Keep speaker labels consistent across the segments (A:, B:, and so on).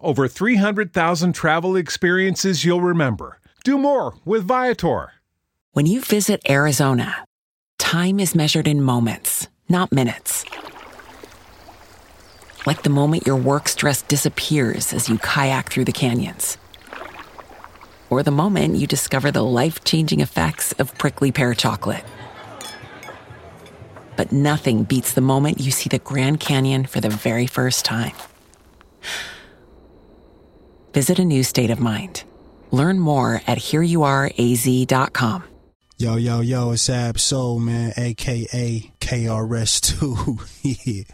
A: over 300,000 travel experiences you'll remember. Do more with Viator.
B: When you visit Arizona, time is measured in moments, not minutes. Like the moment your work stress disappears as you kayak through the canyons or the moment you discover the life changing effects of prickly pear chocolate. But nothing beats the moment you see the Grand Canyon for the very first time. Visit a new state of mind. Learn more at hereyouareaz.com.
C: Yo, yo, yo, it's Ab Soul, man, aka KRS2. yeah.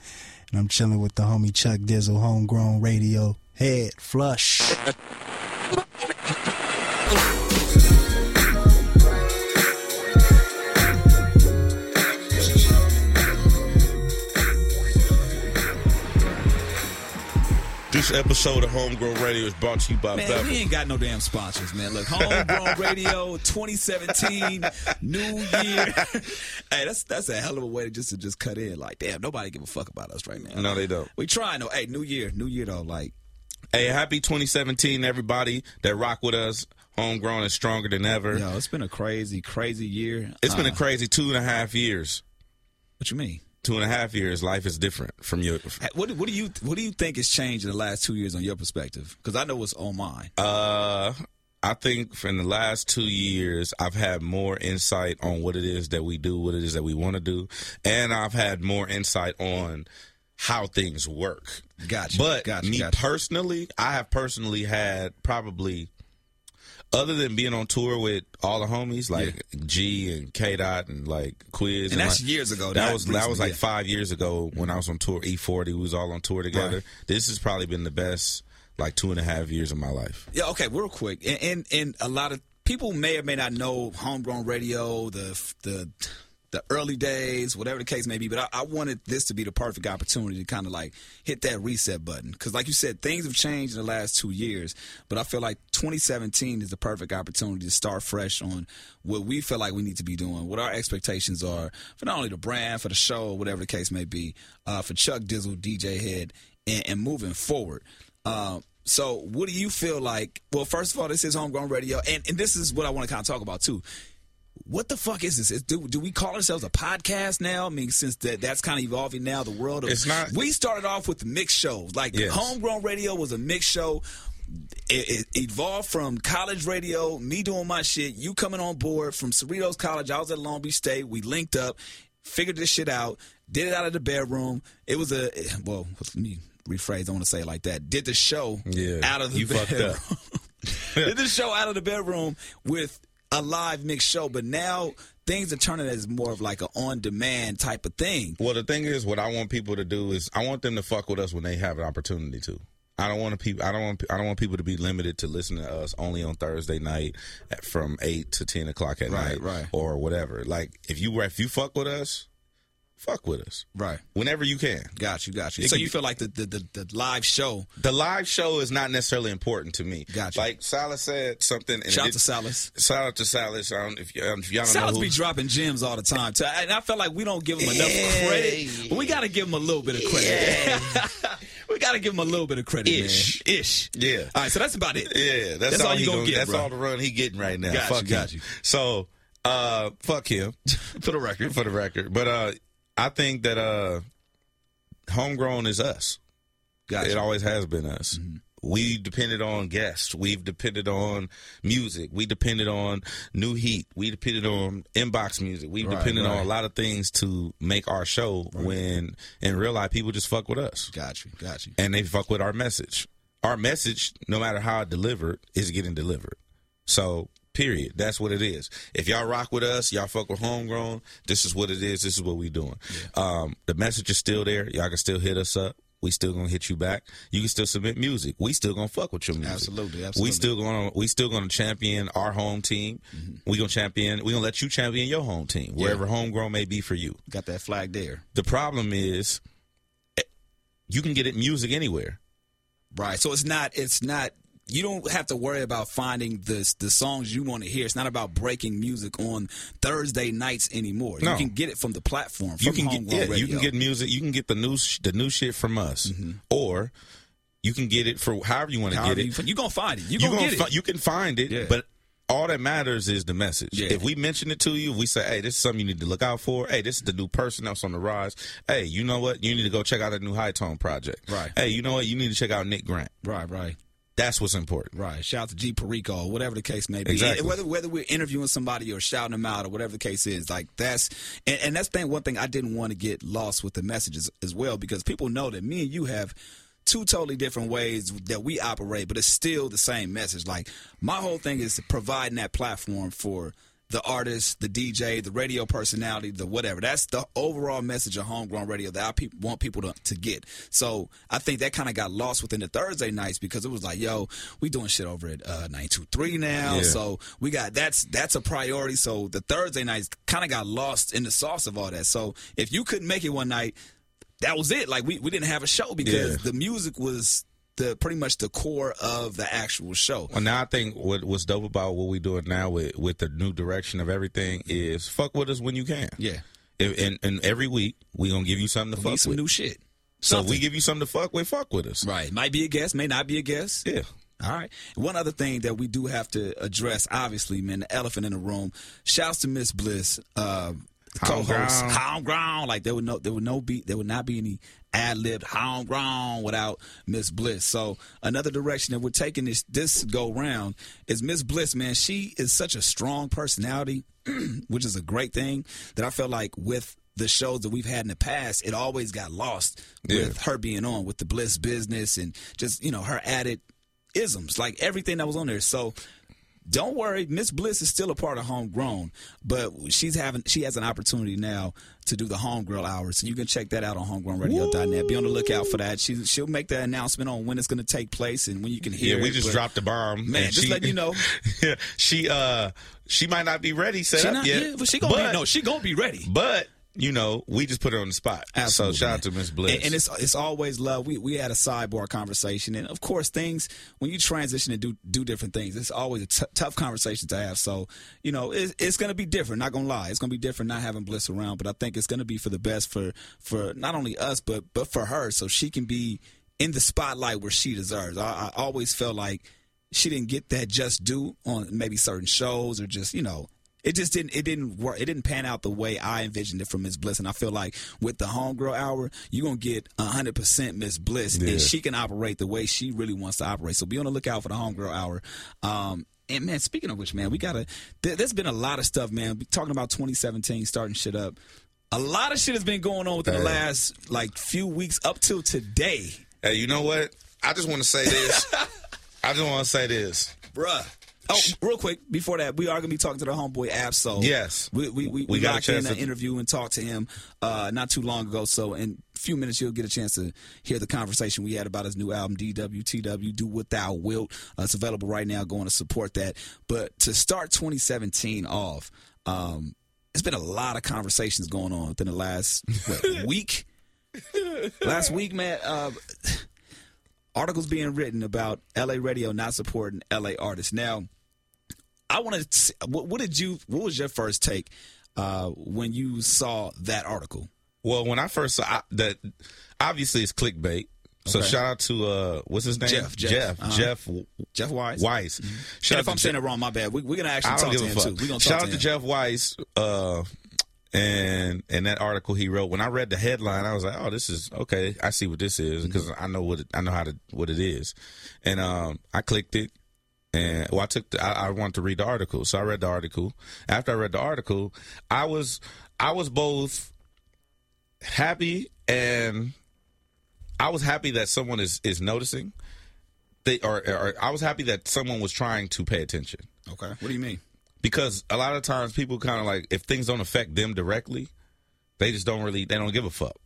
C: And I'm chilling with the homie Chuck Dizzle, homegrown radio, head flush.
D: This episode of Homegrown Radio is brought to you by
E: Man, we
D: Babbel.
E: ain't got no damn sponsors, man. Look, Homegrown Radio 2017, New Year. hey, that's that's a hell of a way to just to just cut in. Like, damn, nobody give a fuck about us right now.
D: No, they don't.
E: We trying though. Hey, New Year, New Year though. Like,
D: Hey, happy 2017, everybody that rock with us. Homegrown is stronger than ever.
E: yo, it's been a crazy, crazy year.
D: It's been
E: Uh,
D: a crazy two and a half years.
E: what you mean?
D: Two and a half years. Life is different from your.
E: Hey, What do- what do you what do you think has changed in the last two years on your perspective? Because I know what's on mine.
D: Uh, I think in the last two years, I've had more insight on what it is that we do, what it is that we want to do, and I've had more insight on how things work.
E: Gotcha.
D: But
E: gotcha.
D: me
E: gotcha.
D: personally, I have personally had probably, other than being on tour with all the homies like G and K Dot and like Quiz,
E: and that's
D: like-
E: years ago.
D: That
E: not
D: was that was
E: recently,
D: like
E: yeah.
D: five years ago when I was on tour E forty. We was all on tour together.
E: Right.
D: This has probably been the best like two and a half years of my life.
E: Yeah, okay, real quick, and and, and a lot of people may or may not know homegrown radio, the the the early days, whatever the case may be. But I, I wanted this to be the perfect opportunity to kind of like hit that reset button because, like you said, things have changed in the last two years. But I feel like 2017 is the perfect opportunity to start fresh on what we feel like we need to be doing, what our expectations are for not only the brand, for the show, whatever the case may be, uh, for Chuck Dizzle, DJ Head, and, and moving forward. Um, so, what do you feel like? Well, first of all, this is homegrown radio, and, and this is what I want to kind of talk about too. What the fuck is this? Is- do, do we call ourselves a podcast now? I mean, since that that's kind of evolving now, the world. Of,
D: It's not-
E: We started off with mixed shows, like
D: Yes.
E: homegrown radio was a mixed show. It, it evolved from college radio, me doing my shit, you coming on board from Cerritos College. I was at Long Beach State. We linked up, figured this shit out, did it out of the bedroom. It was a well, let me rephrase. I don't want to say it like that. Did the show
D: Yeah,
E: out of the
D: you fucked
E: bedroom.
D: up.
E: Did the show out of the bedroom with a live mixed show, but now things are turning as more of like an on demand type of thing.
D: Well, the thing is, what I want people to do is I want them to fuck with us when they have an opportunity to. I don't want people. I don't want. I don't want people to be limited to listening to us only on Thursday night at, from eight to ten o'clock at night,
E: Right, right.
D: or whatever. Like if you if you fuck with us, fuck with us
E: Right.
D: whenever you can.
E: Got you, got you.
D: It
E: so
D: could
E: you
D: be-
E: feel like the, the, the, the live show.
D: The live show is not necessarily important to me.
E: Gotcha.
D: Like Salas said something. And
E: Shout
D: it-
E: to Salas.
D: Shout out to Salas. I don't, if, y- um, if y'all don't
E: Salas
D: know who,
E: be dropping gems all the time, too. and I feel like we don't give him enough credit. We got to give him a little bit of credit. we got to give him a little bit of credit,
D: Ish.
E: man. Ish.
D: Yeah.
E: All right, so that's about it.
D: Yeah, that's,
E: That's
D: all,
E: all you
D: he
E: gonna
D: gonna-
E: get,
D: That's
E: bro.
D: all the run he getting right now.
E: Got you,
D: fuck
E: got
D: him.
E: you.
D: So, uh, fuck him for the record. For the record, but uh, I think that uh, homegrown is us.
E: Got
D: It
E: you. Mm-hmm.
D: always has been us. We depended on guests. We've depended on music. We depended on new heat. We depended on inbox music. We
E: Right,
D: depended on
E: right.
D: a lot of things to make our show. When in real life, people just fuck with us
E: Got you. Got you.
D: and they fuck with our message. Our message, no matter how it delivered, is getting delivered. So, period. That's what it is. If y'all rock with us, y'all fuck with homegrown. This is what it is. This is what we doing. Um, the message is still there. Y'all can still hit us up. We still gonna hit you back. You can still submit music. We still gonna fuck with your music.
E: Absolutely, absolutely.
D: We still gonna we still gonna champion our home team.
E: Mm-hmm.
D: We gonna champion. We gonna let you champion your home team wherever homegrown may be for you.
E: Got that flag there.
D: The problem is, eh, you can get it music anywhere.
E: Right. So it's not. It's not. You don't have to worry about finding the the songs you want to hear. It's not about breaking music on Thursday nights anymore.
D: No.
E: You can get it from the platform. From
D: you can get
E: Homegrown
D: yeah, you
E: Radio. Mm-hmm.
D: can get music, you can get the new sh- the new shit from us, or you can get it for however you want to get
E: However
D: it.
E: you, you gonna find it.
D: You
E: You, gonna,
D: gonna
E: get
D: fi-
E: it.
D: you can find it,
E: Yeah.
D: but all that matters is the message.
E: Yeah.
D: If we mention it to you, if we say, "Hey, this is something you need to look out for. Hey, this is the new person that's on the rise. Hey, you know what? You need to go check out a new high tone project.
E: Right.
D: Hey, you know what? You need to check out Nick Grant.
E: Right. Right.
D: That's what's important.
E: Right. Shout out to G Perico, whatever the case may be.
D: Exactly.
E: Whether whether we're interviewing somebody or shouting them out or whatever the case is, like that's and, and that's thing one thing I didn't want to get lost with the messages as well because people know that me and you have two totally different ways that we operate, but it's still the same message. Like my whole thing is providing that platform for the artist, the DJ, the radio personality, the whatever. That's the overall message of homegrown radio that I pe- want people to, to get. So I think that kind of got lost within the Thursday nights because it was like, yo, we doing shit over at uh, 923 now.
D: Yeah.
E: So we got that's that's a priority. So the Thursday nights kind of got lost in the sauce of all that. So if you couldn't make it one night, that was it. Like we, we didn't have a show because
D: Yeah.
E: the music was the pretty much the core of the actual show.
D: Well, now I think what what's dope about what we doing now with with the new direction of everything is fuck with us when you can.
E: Yeah.
D: If- and, and every week we gonna give you something to
E: Need
D: fuck
E: some
D: with.
E: new shit.
D: So
E: Something.
D: we give you something to fuck with, fuck with us.
E: Right. Might be a guest, may not be a guest.
D: Yeah.
E: All right. One other thing that we do have to address, obviously, man, the elephant in the room. Shouts to Miss Bliss, uh,
D: Home
E: co-host,
D: ground.
E: home ground. Like there would no, there would no be, there would not be any ad lib home ground without Miss Bliss. So another direction that we're taking this this go round is Miss Bliss. Man, she is such a strong personality, which is a great thing that I felt like with. The shows that we've had in the past, it always got lost with her being on with the Bliss business and just you know her added isms, like everything that was on there. So don't worry, Miss Bliss is still a part of Homegrown, but she's having she has an opportunity now to do the Homegirl Hour. So you can check that out on HomegrownRadio.net. Be on the lookout for that. She she'll make that announcement on when it's going to take place and when you can hear.
D: Yeah, we
E: it,
D: just
E: but-
D: dropped the bomb.
E: Man,
D: and
E: just letting you know.
D: Yeah, she uh she might not be ready set
E: She
D: up
E: not,
D: yet.
E: yeah, but she gonna
D: but,
E: be no, she gonna be ready.
D: but you know, we just put her on the spot.
E: Absolutely,
D: so shout out to
E: man.
D: Miss Bliss.
E: And, and it's it's always love. We we had a sidebar conversation, and of course, things when you transition and do do different things, it's always a t- tough conversation to have. So you know, it's, it's going to be different. Not gonna lie, it's going to be different not having Bliss around. But I think it's going to be for the best for for not only us, but but for her, so she can be in the spotlight where she deserves. I, I always felt like she didn't get that just due on maybe certain shows or just you know it just didn't it didn't work it didn't pan out the way i envisioned it for miss bliss and i feel like with the homegirl hour you're gonna get 100% miss bliss and she can operate the way she really wants to operate so be on the lookout for the homegirl hour um and man speaking of which man we gotta there, there's been a lot of stuff man we talking about 2017 starting shit up a lot of shit has been going on within the last like few weeks up till today
D: hey, you know what? I just wanna say this. I just wanna say this.
E: bruh. Oh, real quick before that, we are gonna be talking to the homeboy Absol.
D: Yes.
E: we we we,
D: We got a
E: locked in
D: chance
E: an
D: to-
E: interview and talked to him uh, not too long ago. So in a few minutes, you'll get a chance to hear the conversation we had about his new album DWTW. Do what thou wilt. Uh, it's available right now. Going to support that. But to start 2017 off, um, it's been a lot of conversations going on within the last what, week. Last week, man. Uh, articles being written about LA radio not supporting LA artists. Now, I want to. What, what did you? What was your first take uh, when you saw that article?
D: Well, when I first saw I, that obviously it's clickbait. So
E: Okay.
D: shout out to uh what's his name?
E: Jeff, Jeff.
D: Jeff,
E: Uh-huh.
D: Jeff
E: Jeff Wise.
D: Weiss. Shout
E: And
D: out
E: if
D: to
E: I'm
D: Jeff-
E: saying it wrong, my bad. We, we're gonna actually
D: I don't
E: talk to
D: give a
E: him
D: fuck.
E: too. We're gonna talk
D: Shout
E: to
D: out
E: him.
D: to Jeff Weiss. Uh, and and that article he wrote when i read the headline i was like oh this is okay i see what this
E: Mm-hmm.
D: is because i know what it, i know how to what it is and um i clicked it and well i took the, I, I wanted to read the article so i read the article after i read the article i was i was both happy and i was happy that someone is is noticing they or, or i was happy that someone was trying to pay attention
E: Okay. What do you mean?
D: because a lot of times people kind of like if things don't affect them directly, they just don't really they don't give a fuck.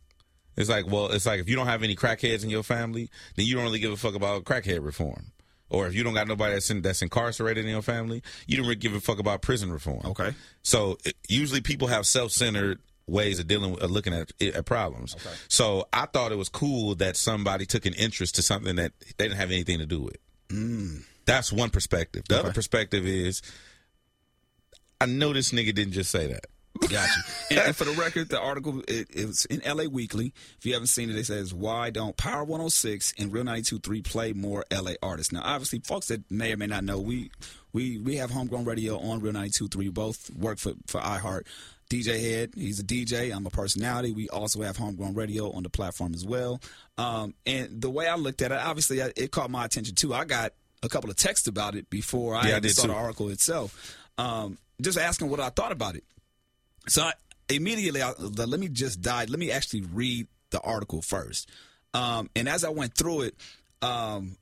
D: It's like well, it's like if you don't have any crackheads in your family, then you don't really give a fuck about crackhead reform. Or if you don't got nobody that's in, that's incarcerated in your family, you don't really give a fuck about prison reform.
E: Okay.
D: So it, usually people have self centered ways of dealing with, of looking at at problems. So I thought it was cool that somebody took an interest to something that they didn't have anything to do with. That's one perspective. The other perspective is I know this nigga didn't just say that.
E: Got you. and, and for the record, the article it, it was in LA Weekly. If you haven't seen it, it says why don't Power 106 and Real 92.3 play more LA artists? Now, obviously, folks that may or may not know, we we we have homegrown radio on Real 92.3. Both work for for iHeart. DJ Head, he's a DJ. I'm a personality. We also have homegrown radio on the platform as well. Um, and the way I looked at it, obviously, I, it caught my attention too. I got a couple of texts about it before I
D: Yeah, I
E: even
D: did
E: saw the
D: too.
E: article itself. Um, just asking what I thought about it. So I, immediately, I, let let me just dive. Let me actually read the article first. Um, and as I went through it, um,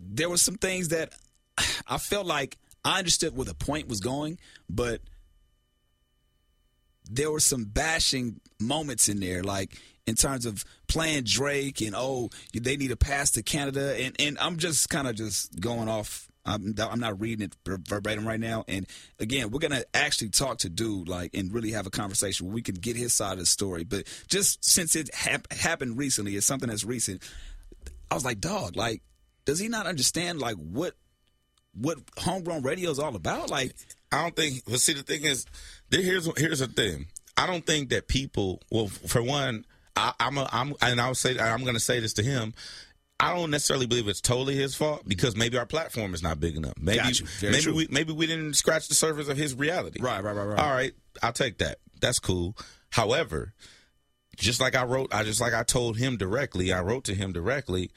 E: there were some things that I felt like I understood where the point was going, but there were some bashing moments in there, like in terms of playing Drake and oh, they need a pass to Canada, and and I'm just kind of just going off. I'm I'm not reading it ver- verbatim right now, and again, we're gonna actually talk to dude like and really have a conversation where we can get his side of the story. But just since it hap- happened recently, it's something that's recent. I was like, dog, like, does he not understand like what what homegrown radio is all about? Like,
D: I don't think. But see, the thing is, there, here's here's the thing. I don't think that people. Well, for one, I, I'm a, I'm and I'll say I'm going to say this to him. I don't necessarily believe it's totally his fault because maybe our platform is not big enough. Maybe
E: Got you. Very
D: maybe
E: true.
D: we maybe we didn't scratch the surface of his reality.
E: Right, right, right, right.
D: All right, I'll take that. That's cool. However, just like I wrote, I just like I told him directly. I wrote to him directly.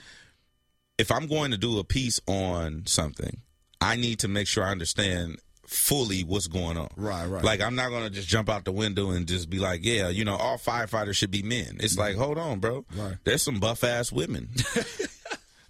D: If I'm going to do a piece on something, I need to make sure I understand fully what's going on.
E: Right, right.
D: Like I'm not going to just jump out the window and just be like, yeah, you know, all firefighters should be men. It's like, hold on, bro.
E: Mm-hmm. Right.
D: There's some buff ass women.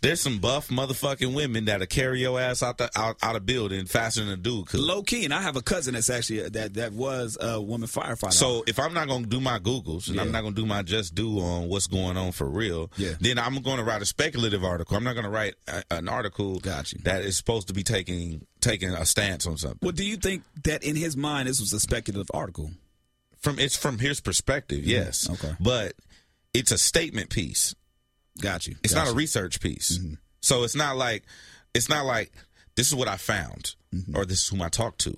D: There's some buff motherfucking women that'll carry your ass out the out, out of building faster than a dude could.
E: low key, and I have a cousin that's actually uh, that that was a woman firefighter.
D: So if I'm not gonna do my Googles and
E: Yeah.
D: I'm not gonna do my just do on what's going on for real,
E: Yeah.
D: then I'm gonna write a speculative article. I'm not gonna write a, an article
E: Got you.
D: that is supposed to be taking taking a stance on something.
E: well, do you think that in his mind this was a speculative article?
D: From it's from his perspective, yes.
E: Mm-hmm. Okay.
D: But it's a statement piece.
E: Got you.
D: It's
E: Got
D: not a
E: you.
D: research piece.
E: Mm-hmm.
D: So it's not like it's not like this is what I found
E: Mm-hmm.
D: or this is whom I talked to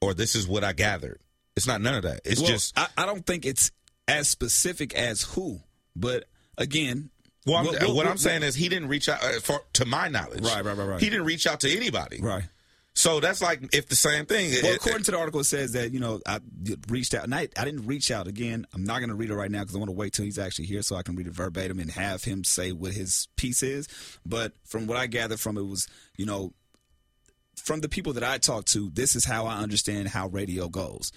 D: or this is what I gathered. It's not none of that. It's
E: Well,
D: just
E: I, I don't think it's as specific as who, but again,
D: Well, I'm,
E: we'll-
D: what
E: we'll-
D: I'm
E: we'll-
D: saying is he didn't reach out, uh, for, to my knowledge.
E: Right, right, right, right.
D: He didn't reach out to anybody.
E: right.
D: So that's like if the same thing.
E: Well,
D: It-
E: according to the article, it says that you know I did- reached out, and I, I didn't reach out again. I'm not going to read it right now because I want to wait till he's actually here so I can read it verbatim and have him say what his piece is. But from what I gathered from it was, you know, from the people that I talked to, this is how I understand how radio goes.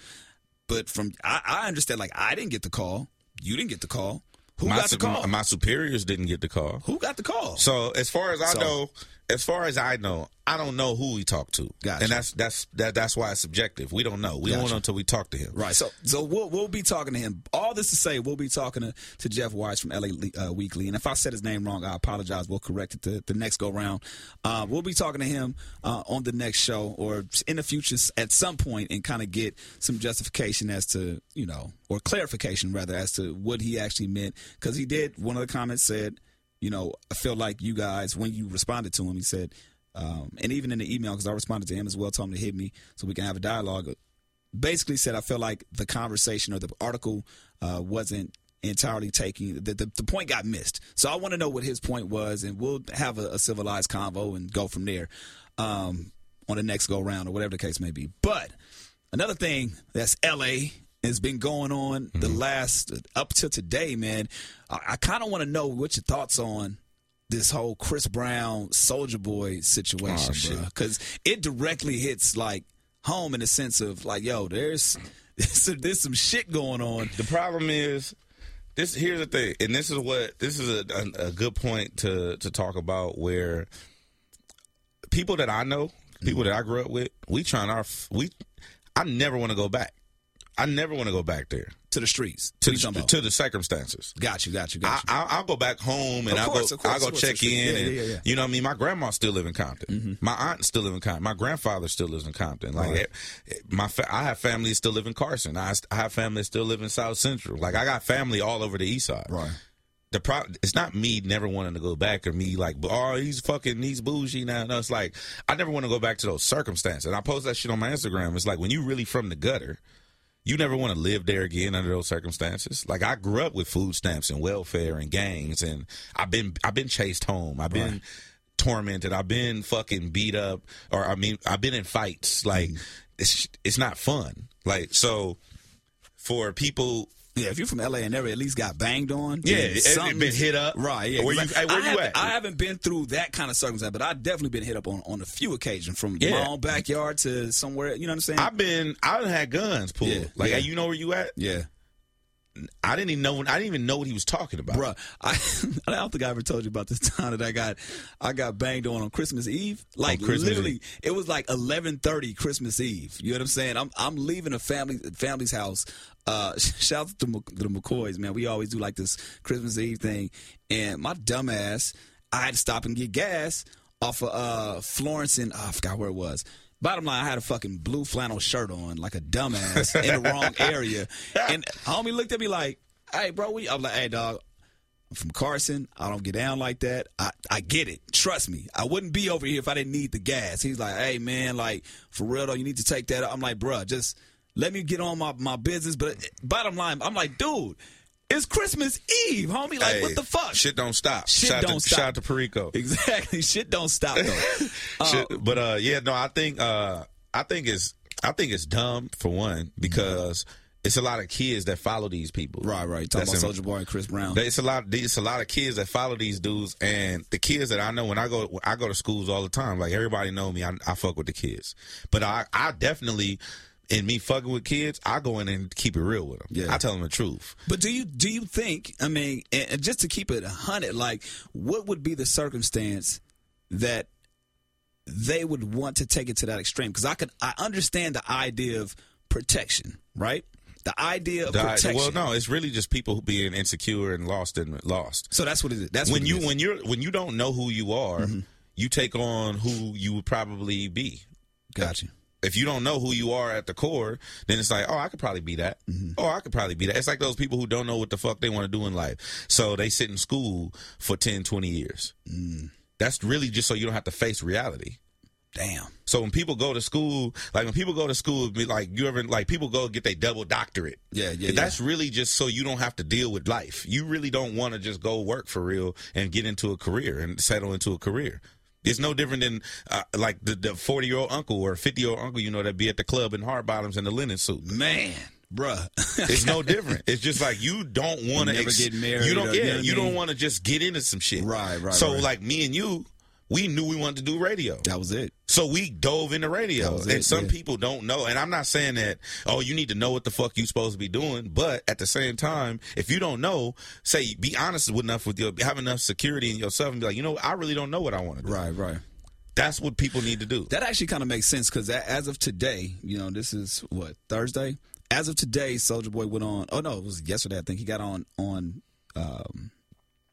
E: But from I, I understand, like I didn't get the call, you didn't get the call. Who
D: my,
E: got the
D: su-
E: call?
D: my superiors didn't get the call.
E: Who got the call?
D: So as far as I
E: So-
D: know, as far as I know, I don't know who he talked to,
E: Gotcha.
D: and that's that's that, that's why it's subjective. We don't know. We don't
E: Gotcha.
D: know until we talk to him.
E: Right. So so we'll we'll be talking to him. All this to say, we'll be talking to, to Jeff Wise from LA Le- uh, Weekly. And if I said his name wrong, I apologize. We'll correct it the, the next go round. Uh, we'll be talking to him uh, on the next show or in the future s- at some point and kind of get some justification as to you know or clarification rather as to what he actually meant because he did one of the comments said you know, I feel like you guys, when you responded to him, he said, um, and even in the email, because I responded to him as well, told him to hit me so we can have a dialogue. Basically, said I feel like the conversation or the article uh, wasn't entirely taking the, the the point got missed. So I want to know what his point was, and we'll have a, a civilized convo and go from there um, on the next go round or whatever the case may be. But another thing that's L.A. has been going on the
D: Mm-hmm.
E: last up to today, man. I, I kind of want to know what your thoughts on this whole Chris Brown Soldier Boy
D: Oh,
E: situation, because it directly hits like home in the sense of like, yo, there's there's some, there's some shit going on.
D: The problem is this. Here's the thing, and this is what this is a, a, a good point to to talk about where people that I know, people
E: Mm-hmm.
D: that I grew up with, we trying our f- we. I never want to go back. I never want to go back there
E: To the streets,
D: to
E: What you talking
D: the,
E: about?
D: to the circumstances.
E: Got you, got you,
D: I,
E: got you.
D: I, I'll go back home and
E: Of
D: I'll
E: course,
D: go.
E: of course,
D: I'll go
E: of course,
D: check
E: of course.
D: in,
E: Yeah,
D: and
E: yeah, Mm-hmm. yeah.
D: you know what I mean. My grandma still live in Compton. My aunt still live in Compton. My grandfather still lives in Compton. Like eh, eh, my, fa- I have family that still live in Carson. I, I have family that still live in South Central. Like I got family all over the East Side.
E: Right.
D: The pro- it's not me never wanting to go back or me like oh he's fucking he's bougie now. No, it's like I never want to go back to those circumstances. And I post that shit on my Instagram. It's like when you really from the gutter you never want to live there again under those circumstances. Like I grew up with food stamps and welfare and gangs, and I've been I've been chased home. I've been tormented. I've been fucking beat up, or I mean, I've been in fights. Like
E: Mm-hmm.
D: it's it's not fun. Like so, for people
E: Yeah, if you're from LA and never at least got banged on,
D: Yeah,
E: then
D: it- it
E: something's-
D: been hit up.
E: right? Yeah,
D: Where you-
E: 'cause
D: hey, where
E: I,
D: you
E: haven't,
D: at?
E: I haven't been through that kind of circumstance, but I've definitely been hit up on on a few occasions from
D: Yeah.
E: my own backyard to somewhere. You know what I'm saying?
D: I've been I done had guns pulled.
E: Yeah,
D: like
E: yeah.
D: you know where you at?
E: yeah,
D: I didn't even know I didn't even know what he was talking about.
E: bruh. I, I don't think I ever told you about this time that I got I got banged on on Christmas Eve. Like
D: Christmas
E: literally,
D: Eve.
E: it was like 11:30 Christmas Eve. You know what I'm saying? I'm I'm leaving a family family's house. Uh, shout out to, Mc- to the McCoys, man. We always do like this Christmas Eve thing, and my dumbass, I had to stop and get gas off of uh, Florence and oh, I forgot where it was. Bottom line, I had a fucking blue flannel shirt on, like a dumbass, in the wrong area, and homie looked at me like, "Hey, bro," we, I'm like, "Hey, dog." I'm from Carson. I don't get down like that. I, I get it. Trust me. I wouldn't be over here if I didn't need the gas. He's like, hey, man, like, for real, though, you need to take that. up." I'm like, bruh, just let me get on my, my business. But bottom line, I'm like, dude, it's Christmas Eve, homie. Like,
D: Hey,
E: what the fuck?
D: Shit don't stop.
E: Shit
D: shout out
E: don't
D: to,
E: stop.
D: Shout out to Perico.
E: Exactly. Shit don't stop, though.
D: Shit, but uh, yeah, no, I think uh, I think it's I think it's dumb for one because it's a lot of kids that follow these people.
E: right, right. Talking
D: That's
E: about
D: in-
E: Soldier Boy and Chris Brown.
D: There- It's a lot. It's a lot of kids that follow these dudes, and the kids that I know when I go, when I go to schools all the time. Like everybody know me. I, I fuck with the kids, but I, I definitely, in me fucking with kids, I go in and keep it real with them.
E: Yeah.
D: I tell them the truth.
E: But do you do you think? I mean, and, and just to keep it a hundred, like, what would be the circumstance that they would want to take it to that extreme? Because I could, I understand the idea of protection, right? The idea of
D: The-
E: protection.
D: well, no, it's really just people who being insecure and lost and lost.
E: So that's what it is. That's
D: when
E: what it
D: you
E: is. Mm-hmm.
D: when you're when you don't know who you are, you take on who you would probably be.
E: Gotcha.
D: If you don't know who you are at the core, then it's like, oh, I could probably be that.
E: Mm-hmm.
D: Oh, I could probably be that. It's like those people who don't know what the fuck they want to do in life. So they sit in school for 10, 20 years.
E: Mm.
D: That's really just so you don't have to face reality.
E: Damn.
D: So when people go to school, like when people go to school, it'd be like you ever like people go get their double doctorate.
E: Yeah, yeah,
D: That's really just so you don't have to deal with life. You really don't want to just go work for real and get into a career and settle into a career. It's no different than uh, like the the forty year old uncle or fifty year old uncle you know that be at the club in hard bottoms and the linen suit.
E: Man, bruh.
D: It's no different. It's just like you don't want to
E: never get married
D: You don't.
E: or-
D: yeah,
E: you know what I
D: you
E: mean?
D: don't want to just get into some shit.
E: Right, right,
D: So
E: right.
D: like me and you, we knew we wanted to do radio.
E: that was it.
D: So we dove into
E: That
D: radio,
E: was
D: and
E: it,
D: some
E: yeah.
D: people don't know. And I'm not saying that oh, you need to know what the fuck you supposed to be doing. But at the same time, if you don't know, say be honest with enough with your have enough security in yourself, and be like, you know, I really don't know what I want to do.
E: Right, right.
D: That's what people need to do.
E: That actually kind of makes sense because as of today, you know, this is what Thursday. As of today, Soldier Boy went on. Oh no, it was yesterday. I think he got on on. Um,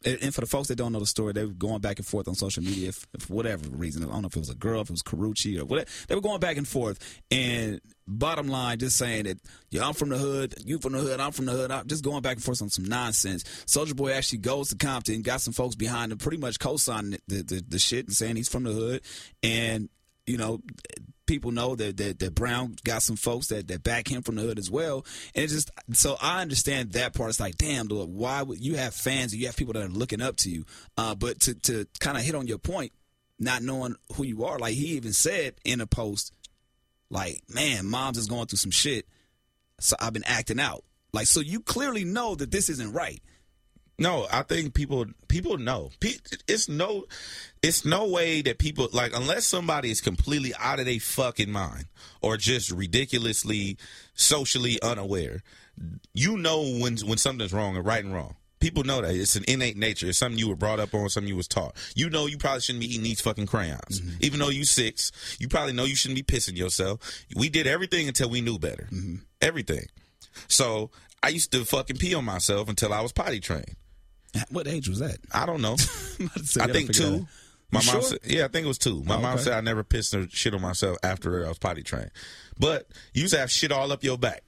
E: and and for the folks that don't know the story, they were going back and forth on social media for, for whatever reason. I don't know if it was a girl, if it was Carucci or whatever. They were going back and forth, and bottom line, just saying that yeah, I'm from the hood, you from the hood, I'm from the hood. I'm just going back and forth on some nonsense. Soldier Boy actually goes to Compton, got some folks behind him, pretty much co-signing the the, the shit and saying he's from the hood, and you know, people know that, that that Brown got some folks that that back him from the hood as well. And it's just so I understand that part. It's like, damn, Lord, why would you have fans? and You have people that are looking up to you. Uh, but to to kind of hit on your point, not knowing who you are, like he even said in a post, like, man, mom's is going through some shit. so I've been acting out. Like, so you clearly know that this isn't right.
D: No, I think people people know. Pe- It's no, it's no way that people like unless somebody is completely out of their fucking mind or just ridiculously socially unaware. You know when when something's wrong and right and wrong. People know that it's an innate nature. It's something you were brought up on, something you was taught. You know you probably shouldn't be eating these fucking crayons, even though you six. You probably know you shouldn't be pissing yourself. We did everything until we knew better. Everything. So I used to fucking pee on myself until I was potty trained.
E: What age was that?
D: I don't know. I think two. My mom said, yeah, I think it was two. My mom said I never pissed or shit on myself after I was potty trained. But you used to have shit all up your back.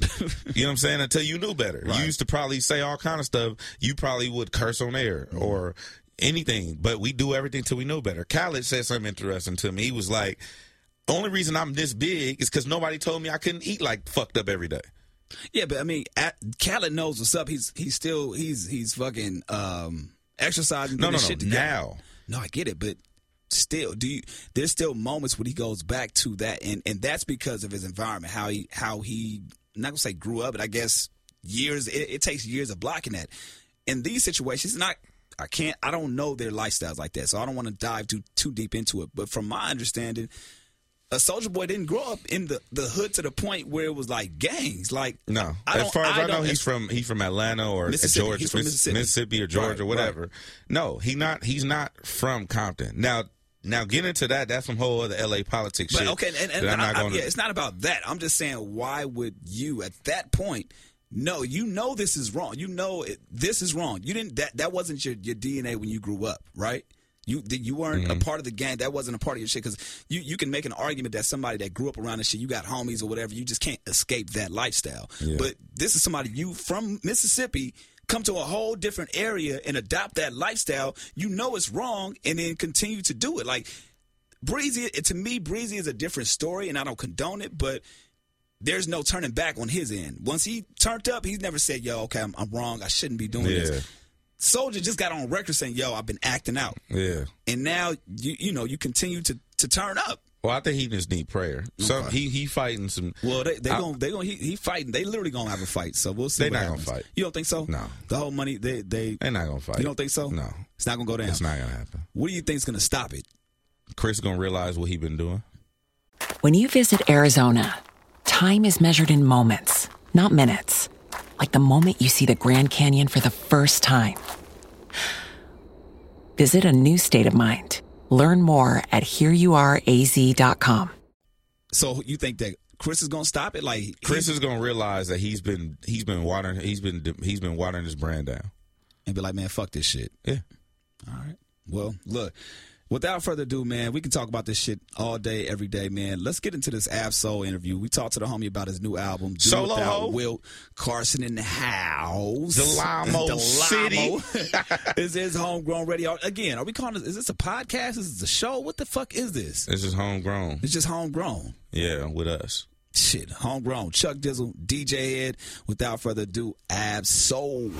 D: you know what I'm saying? Until you knew better. You used to probably say all kind of stuff. You probably would curse on air or anything. But we do everything till we know better. Khaled said something interesting to me. He was like, only reason I'm this big is because nobody told me I couldn't eat like fucked up every day.
E: Yeah, but I mean, at, Khaled knows what's up. He's he's still he's he's fucking um exercising.
D: No,
E: putting
D: no,
E: his
D: no.
E: Shit together.
D: Now.
E: No, I get it, but still, do you? There's still moments when he goes back to that, and and that's because of his environment, how he how he I'm not gonna say grew up, but I guess years. It, it takes years of blocking that. In these situations, not I can't I don't know their lifestyles like that, so I don't want to dive too too deep into it. But from my understanding. A soldier boy didn't grow up in the, the hood to the point where it was like gangs. Like
D: No,
E: I
D: as
E: don't-
D: far as I, know,
E: don't-
D: he's from he's from Atlanta or
E: Mississippi.
D: Georgia,
E: He's from
D: Miss-
E: Mississippi.
D: or Georgia,
E: Right,
D: whatever. No, he not he's not from Compton. Now, now get into that. That's some whole other LA politics
E: But
D: shit.
E: okay, and,
D: that
E: and,
D: I'm
E: and I-
D: not
E: I-
D: going
E: yeah, it's not about that. I'm just saying, why would you at that point? No, you know this is wrong. You know it, this is wrong. You didn't that that wasn't your, your DNA when you grew up, right? You that you weren't
D: Mm-hmm.
E: a part of the gang. That wasn't a part of your shit. Because you you can make an argument that somebody that grew up around this shit, you got homies or whatever. You just can't escape that lifestyle. But this is somebody you from Mississippi. Come to a whole different area and adopt that lifestyle. You know it's wrong, and then continue to do it. Like Breezy, to me, Breezy is a different story, and I don't condone it, but there's no turning back on his end. Once he turned up, he's never said, yo, okay, I'm, I'm wrong. I shouldn't be doing
D: Yeah.
E: this. Soldier just got on record saying, yo, I've been acting out.
D: yeah.
E: And now, you you know, you continue to, to turn up.
D: Well, I think he just need prayer. Some he he fighting some.
E: Well, they they
D: I-
E: going they going he, he fighting. They literally gonna have a fight. So we'll see.
D: They
E: what
D: not gonna
E: happens.
D: fight.
E: You don't think so?
D: No.
E: The whole money they they
D: They're not gonna fight.
E: you don't think so?
D: No,
E: It's not gonna go down.
D: it's not gonna happen.
E: What do you think's gonna stop it?
D: Chris gonna realize what he been doing.
B: When you visit Arizona, time is measured in moments, not minutes. Like the moment you see the Grand Canyon for the first time. Visit a new state of mind. Learn more at hereyouareaz.com.
E: So you think that Chris is gonna stop it? Like
D: Chris is gonna realize that he's been he's been watering he's been he's been watering his brand down.
E: and be like, man, fuck this shit.
D: Yeah.
E: All right. Well, look, without further ado, man, we can talk about this shit all day, every day, man. Let's get into this Absol interview. We talked to the homie about his new album, Do
D: Solo
E: Without
D: Ho.
E: Wilt Carson in the house.
D: Delamo
E: Delamo. this is homegrown radio. Again, are we calling this? Is this a podcast? Is this a show? What the fuck is this?
D: This is homegrown.
E: It's just homegrown.
D: Yeah, with us.
E: Shit, homegrown. Chuck Dizzle, DJ Head. Without further ado, Absol.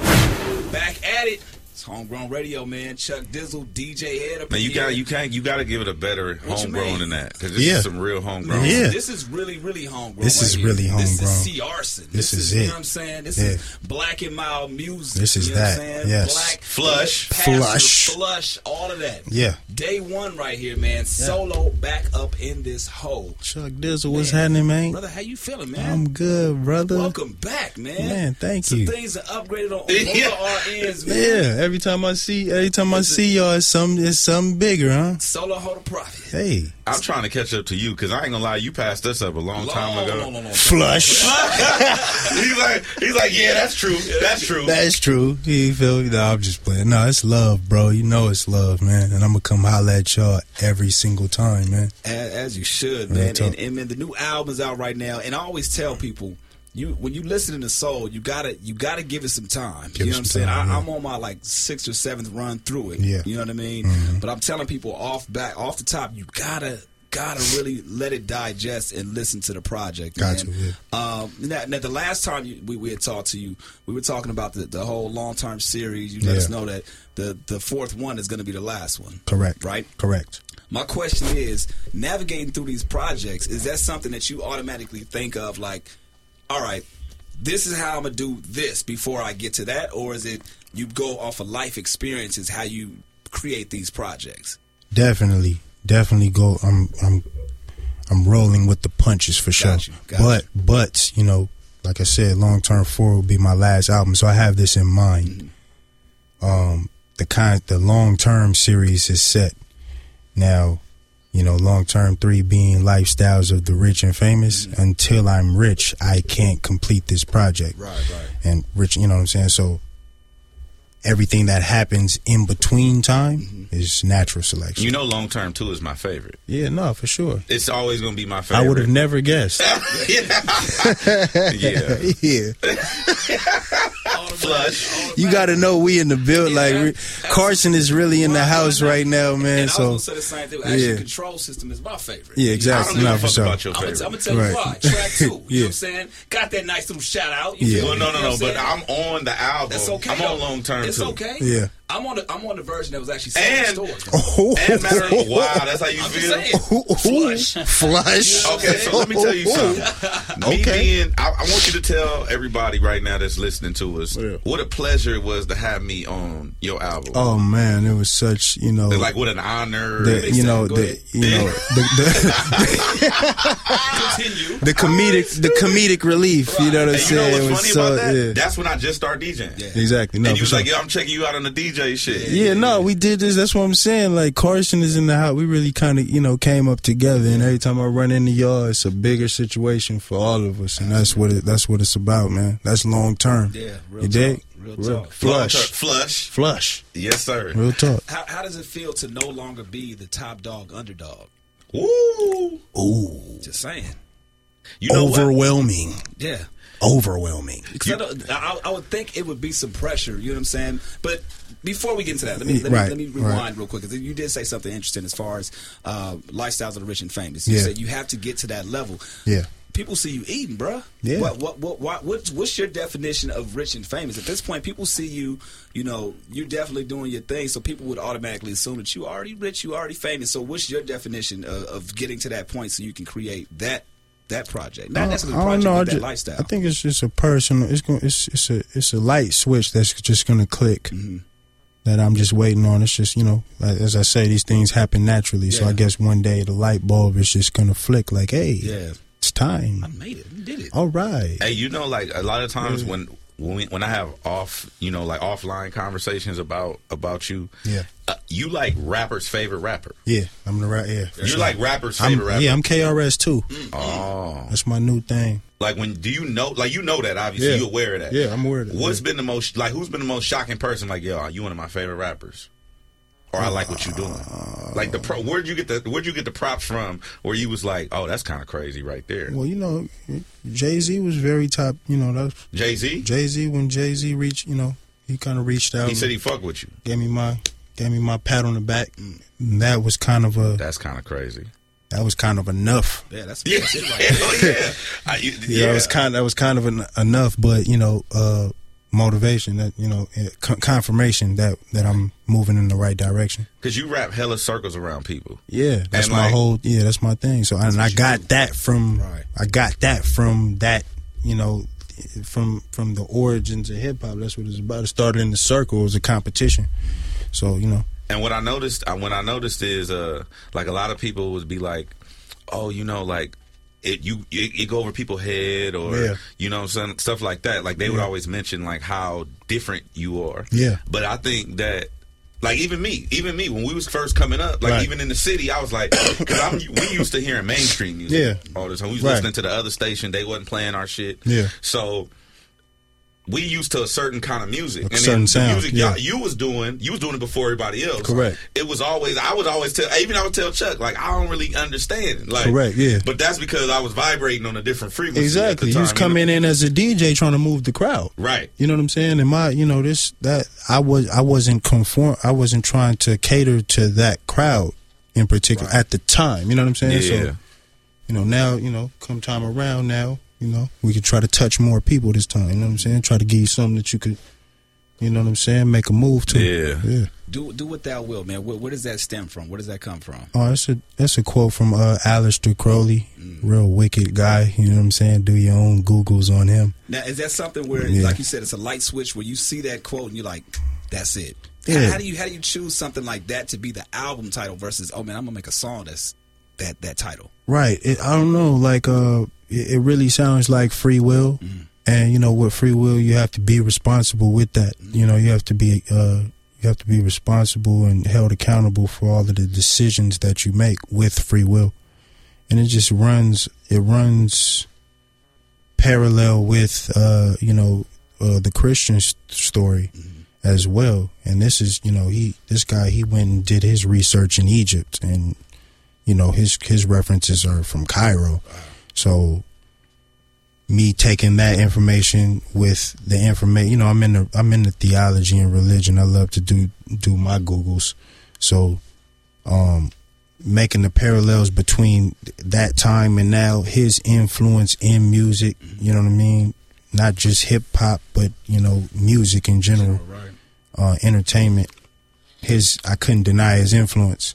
E: Back at it. It's homegrown radio, man. Chuck Dizzle, DJ Head. Up
D: Man,
E: in
D: you
E: here.
D: got you can't you got to give it a better
E: you mean?
D: homegrown than that because this
C: Yeah.
D: is some real homegrown.
C: Yeah.
E: This is really, really homegrown.
C: This
E: right
C: is
E: here.
C: really
E: This is
C: homegrown.
E: C. Arson.
C: This is
E: You
C: it.
E: know what I'm saying? This
C: Yeah.
E: is black and mild music.
C: This is
E: you know what I'm
C: that.
E: saying?
C: Yes.
E: Black
D: Flush.
E: pastor,
C: Flush.
E: flush, all of that.
C: Yeah.
E: Day one right here, man. Solo back up in this hole.
C: Chuck Dizzle, what's
E: Man.
C: happening, man?
E: Brother, how you feeling, man?
C: I'm good, brother.
E: Welcome back, man.
C: Man, thank
E: Some
C: you.
E: things are upgraded on both of our ends, man.
C: Yeah, every time I see, every time I see y'all, it's some, it's something bigger, huh?
E: Solo hold a profit.
C: Hey,
D: I'm trying to catch up to you because I ain't gonna lie, you passed us up a long, time ago.
E: long, long, long.
C: flush.
D: he's like, he's like, yeah, that's true, that's true.
C: That's true. You feel me? Nah, I'm just playing. No, it's love, bro. You know it's love, man. And I'm gonna come holla at y'all every single time, man.
E: as, as you should,
C: Real
E: man.
C: talk.
E: And, and man, the new album's out right now, and I always tell people. You when you listen to soul, you gotta you gotta give it some time.
C: Give it
E: you know what I'm
C: some
E: saying?
C: time,
E: I,
C: yeah.
E: I'm on my like sixth or seventh run through it.
C: Yeah. Mm-hmm.
E: you know what I mean. But I'm telling people off back off the top, you gotta gotta really let it digest and listen to the project.
C: Got
E: man.
C: you, yeah.
E: Um, now, now the last time you, we, we had talked to you, we were talking about the, the whole long term series. You let
C: Yeah.
E: us know that the the fourth one is going to be the last one.
C: Correct.
E: Right.
C: Correct.
E: My question is navigating through these projects, is that something that you automatically think of like, all right, this is how I'm gonna do this before I get to that, or is it you go off of life experiences how you create these projects?
C: Definitely, definitely go. I'm I'm I'm rolling with the punches for sure.
E: Got you, got you.
C: but but you know, like I said, long term four will be my last album, so I have this in mind.
E: Mm-hmm.
C: Um, the kind the long term series is set now. You know, long term three being lifestyles of the rich and famous.
E: Mm-hmm.
C: Until I'm rich, I can't complete this project.
E: right.
C: And rich, you know what I'm saying. So everything that happens in between time
E: Mm-hmm.
C: is natural selection.
D: You know, long term too is my favorite.
C: yeah, no, for sure.
D: It's always gonna be my favorite.
C: I would have never guessed.
D: yeah.
C: yeah,
D: Flush.
C: you got to know we in the build. Like re- Carson is really in the house right now, man.
E: And I
C: So
E: was gonna say the same thing. Actually,
C: yeah.
E: control system is my favorite.
C: yeah,
D: I don't
C: exactly.
D: give
C: No,
D: a
C: for
D: fuck
C: sure.
D: about your
E: I'm
D: favorite.
E: gonna tell
C: Right.
E: you why. Track two. You know
C: Yeah.
E: what I'm saying? Got that nice little shout out. You
C: Yeah.
E: feel
D: well,
E: me?
D: no,
E: You
D: no,
E: know
D: no.
E: what
D: But
E: I'm saying?
D: I'm on the album.
E: That's okay.
D: I'm
E: though.
D: on long term
E: It's
D: too.
E: okay.
C: Yeah.
E: I'm on the I'm on the version that was actually selling
D: And-
E: stores.
C: Oh,
D: And matter of, wow, that's how you
E: I'm just
D: feel.
E: saying. Flush.
C: flush.
D: Okay, so let me tell you something. Me
C: Okay.
D: being, I, I want you to tell everybody right now that's listening to us
C: Yeah.
D: what a pleasure it was to have me on your album.
C: Oh man, it was such you know.
D: Like what an honor.
C: the, you know the you know the,
E: Continue.
C: the, the comedic the comedic relief. You know what I'm
D: and you know
C: saying?
D: what's
C: It was
D: funny
C: so-
D: about that?
C: yeah.
D: That's when I just started DJing.
E: Yeah.
C: Exactly. No,
D: and you
C: for
D: was
C: sure.
D: like, "Yo, I'm checking you out on the DJ shit."
C: Yeah, no, we did this. That's what I'm saying. Like Carson is in the house. We really kind of, you know, came up together. And every time I run into y'all, it's a bigger situation for all of us. And that's what it. That's what it's about, man. That's long term.
E: Yeah, real
C: you dig?
E: talk, real talk.
D: Long term-
C: Flush,
D: flush.
C: flush.
D: Yes, sir.
C: Real talk.
E: How, how does it feel to no longer be the top dog underdog?
C: Mm-hmm.
D: Woo.
E: Just saying.
D: You know what?
C: Overwhelming.
E: Yeah.
C: Overwhelming.
E: Because I, don't- I, I would think it would be some pressure. You know what I'm saying? But before we get into that, let me let me,
C: Right,
E: let me
C: right.
E: rewind real quick because you did say something interesting as far as uh, lifestyles of the rich and famous. You
C: Yeah.
E: said you have to get to that level.
C: Yeah.
E: People see you eating, bruh.
C: Yeah.
E: What, what, what, what, what, what's your definition of rich and famous? At this point, people see you, you know, you're definitely doing your thing, so people would automatically assume that you already rich, you already famous. So what's your definition of, of getting to that point so you can create that that project? Not
C: Uh,
E: necessarily the project, but that
C: ju-
E: lifestyle.
C: I think it's just a personal. It's going. It's it's a it's a light switch that's just going to click.
D: Mm-hmm.
C: That I'm just waiting on. It's just you know, like, as I say, these things happen naturally. So I
E: Yeah.
C: guess one day the light bulb is just going to flick. Like, hey,
E: Yeah.
C: it's
E: I
C: time.
E: made it. You did it.
C: All right.
D: Hey, you know, like a lot of times when when we, when I have off, you know, like offline conversations about about you,
C: Yeah.
D: uh, you like rapper's favorite rapper.
C: Yeah, I'm the right. Yeah, for
D: You're
C: sure.
D: like rapper's
C: I'm,
D: favorite rapper.
C: yeah, I'm KRS too.
D: Oh,
C: That's my new thing.
D: like when do you know? Like you know that obviously
C: Yeah.
D: you aware of that.
C: Yeah, I'm aware of that,
D: What's
C: yeah.
D: been the most like? Who's been the most shocking person? Like, yo, you one of my favorite rappers, or I like what you're doing. Like the pro, where'd you get the where'd you get the props from? Where you was like, oh, that's kind of crazy right there.
C: Well, you know, Jay Z was very top. You know, that's
D: Jay Z,
C: Jay Z when Jay Z reached. You know, he kind of reached out.
D: he
C: and
D: said he fucked with you.
C: gave me my gave me my pat on the back. And that was kind of a
D: That's kind of crazy.
C: that was kind of enough.
E: Yeah, that's
D: Yeah,
E: that's it right there.
D: Hell yeah. I- you-
C: Yeah, that was kind that was kind of en- enough, but you know, uh, motivation that you know eh, con- confirmation that that I'm moving in the right direction.
D: Cause you wrap hella circles around people.
C: Yeah, that's
D: And,
C: my
D: like-
C: whole yeah, that's my thing. So and I got that from
E: Right.
C: I got that from that you know from from the origins of hip hop. That's what it's about. It started in the circle. It was a competition. So you know,
D: And what I noticed, uh, when I noticed is, uh, like a lot of people would be like, "Oh, you know, like it you it, it go over people's head, or
C: Yeah.
D: you know, some stuff like that." Like they would always mention like how different you are.
C: Yeah.
D: But I think that. Like even me, even me, when we was first coming up, like
C: Right.
D: even in the city, I was like, because I'm we used to hearing mainstream music
C: Yeah.
D: all the time. We was
C: Right.
D: listening to the other station; they wasn't playing our shit.
C: Yeah.
D: So we used to a certain kind of music, and
C: certain
D: then
C: sound,
D: the music y'all-
C: yeah.
D: you was doing you was doing it before everybody else.
C: Correct.
D: It was always I would always tell even I would tell Chuck like I don't really understand. Like
C: Correct, yeah.
D: But that's because I was vibrating on a different frequency. at
C: Exactly.
D: the
C: He
D: time,
C: was
D: you know?
C: coming in as a DJ trying to move the crowd.
D: Right.
C: You know what I'm saying? And my, you know, this that I was I wasn't conform I wasn't trying to cater to that crowd in particular at the time. You know what I'm saying?
D: Yeah.
C: So you know, now, you know, come time around now, you know, we could try to touch more people this time. You know what I'm saying? Try to give you something that you could You know what I'm saying? Make a move to
D: Yeah.
C: it. Yeah.
E: Do do what thou will, man. Where, where does that stem from? Where does that come from?
C: Oh, that's a that's a quote from uh Aleister Crowley.
D: Mm.
C: Real wicked guy, you know what I'm saying? Do your own Googles on him.
E: Now, is that something where,
C: Yeah.
E: like you said, it's a light switch where you see that quote and you're like, "That's it." How-
C: Yeah.
E: How do you how do you choose something like that to be the album title versus, "Oh man, I'm gonna make a song that's that that title."
C: Right. It, I don't know, like uh it, it really sounds like free will. And you know, with free will you have to be responsible with that. You know, you have to be uh you have to be responsible and held accountable for all of the decisions that you make with free will. And it just runs it runs parallel with uh, you know uh, the Christian s- story as well. And this is you know he this guy he went and did his research in Egypt, and you know his his references are from Cairo. So me taking that information with the information, you know, I'm in the I'm in the theology and religion. I love to do do my googles. So um making the parallels between that time and now, his influence in music, you know what I mean? Not just hip hop, but you know, music in general, uh, entertainment. His I couldn't deny his influence,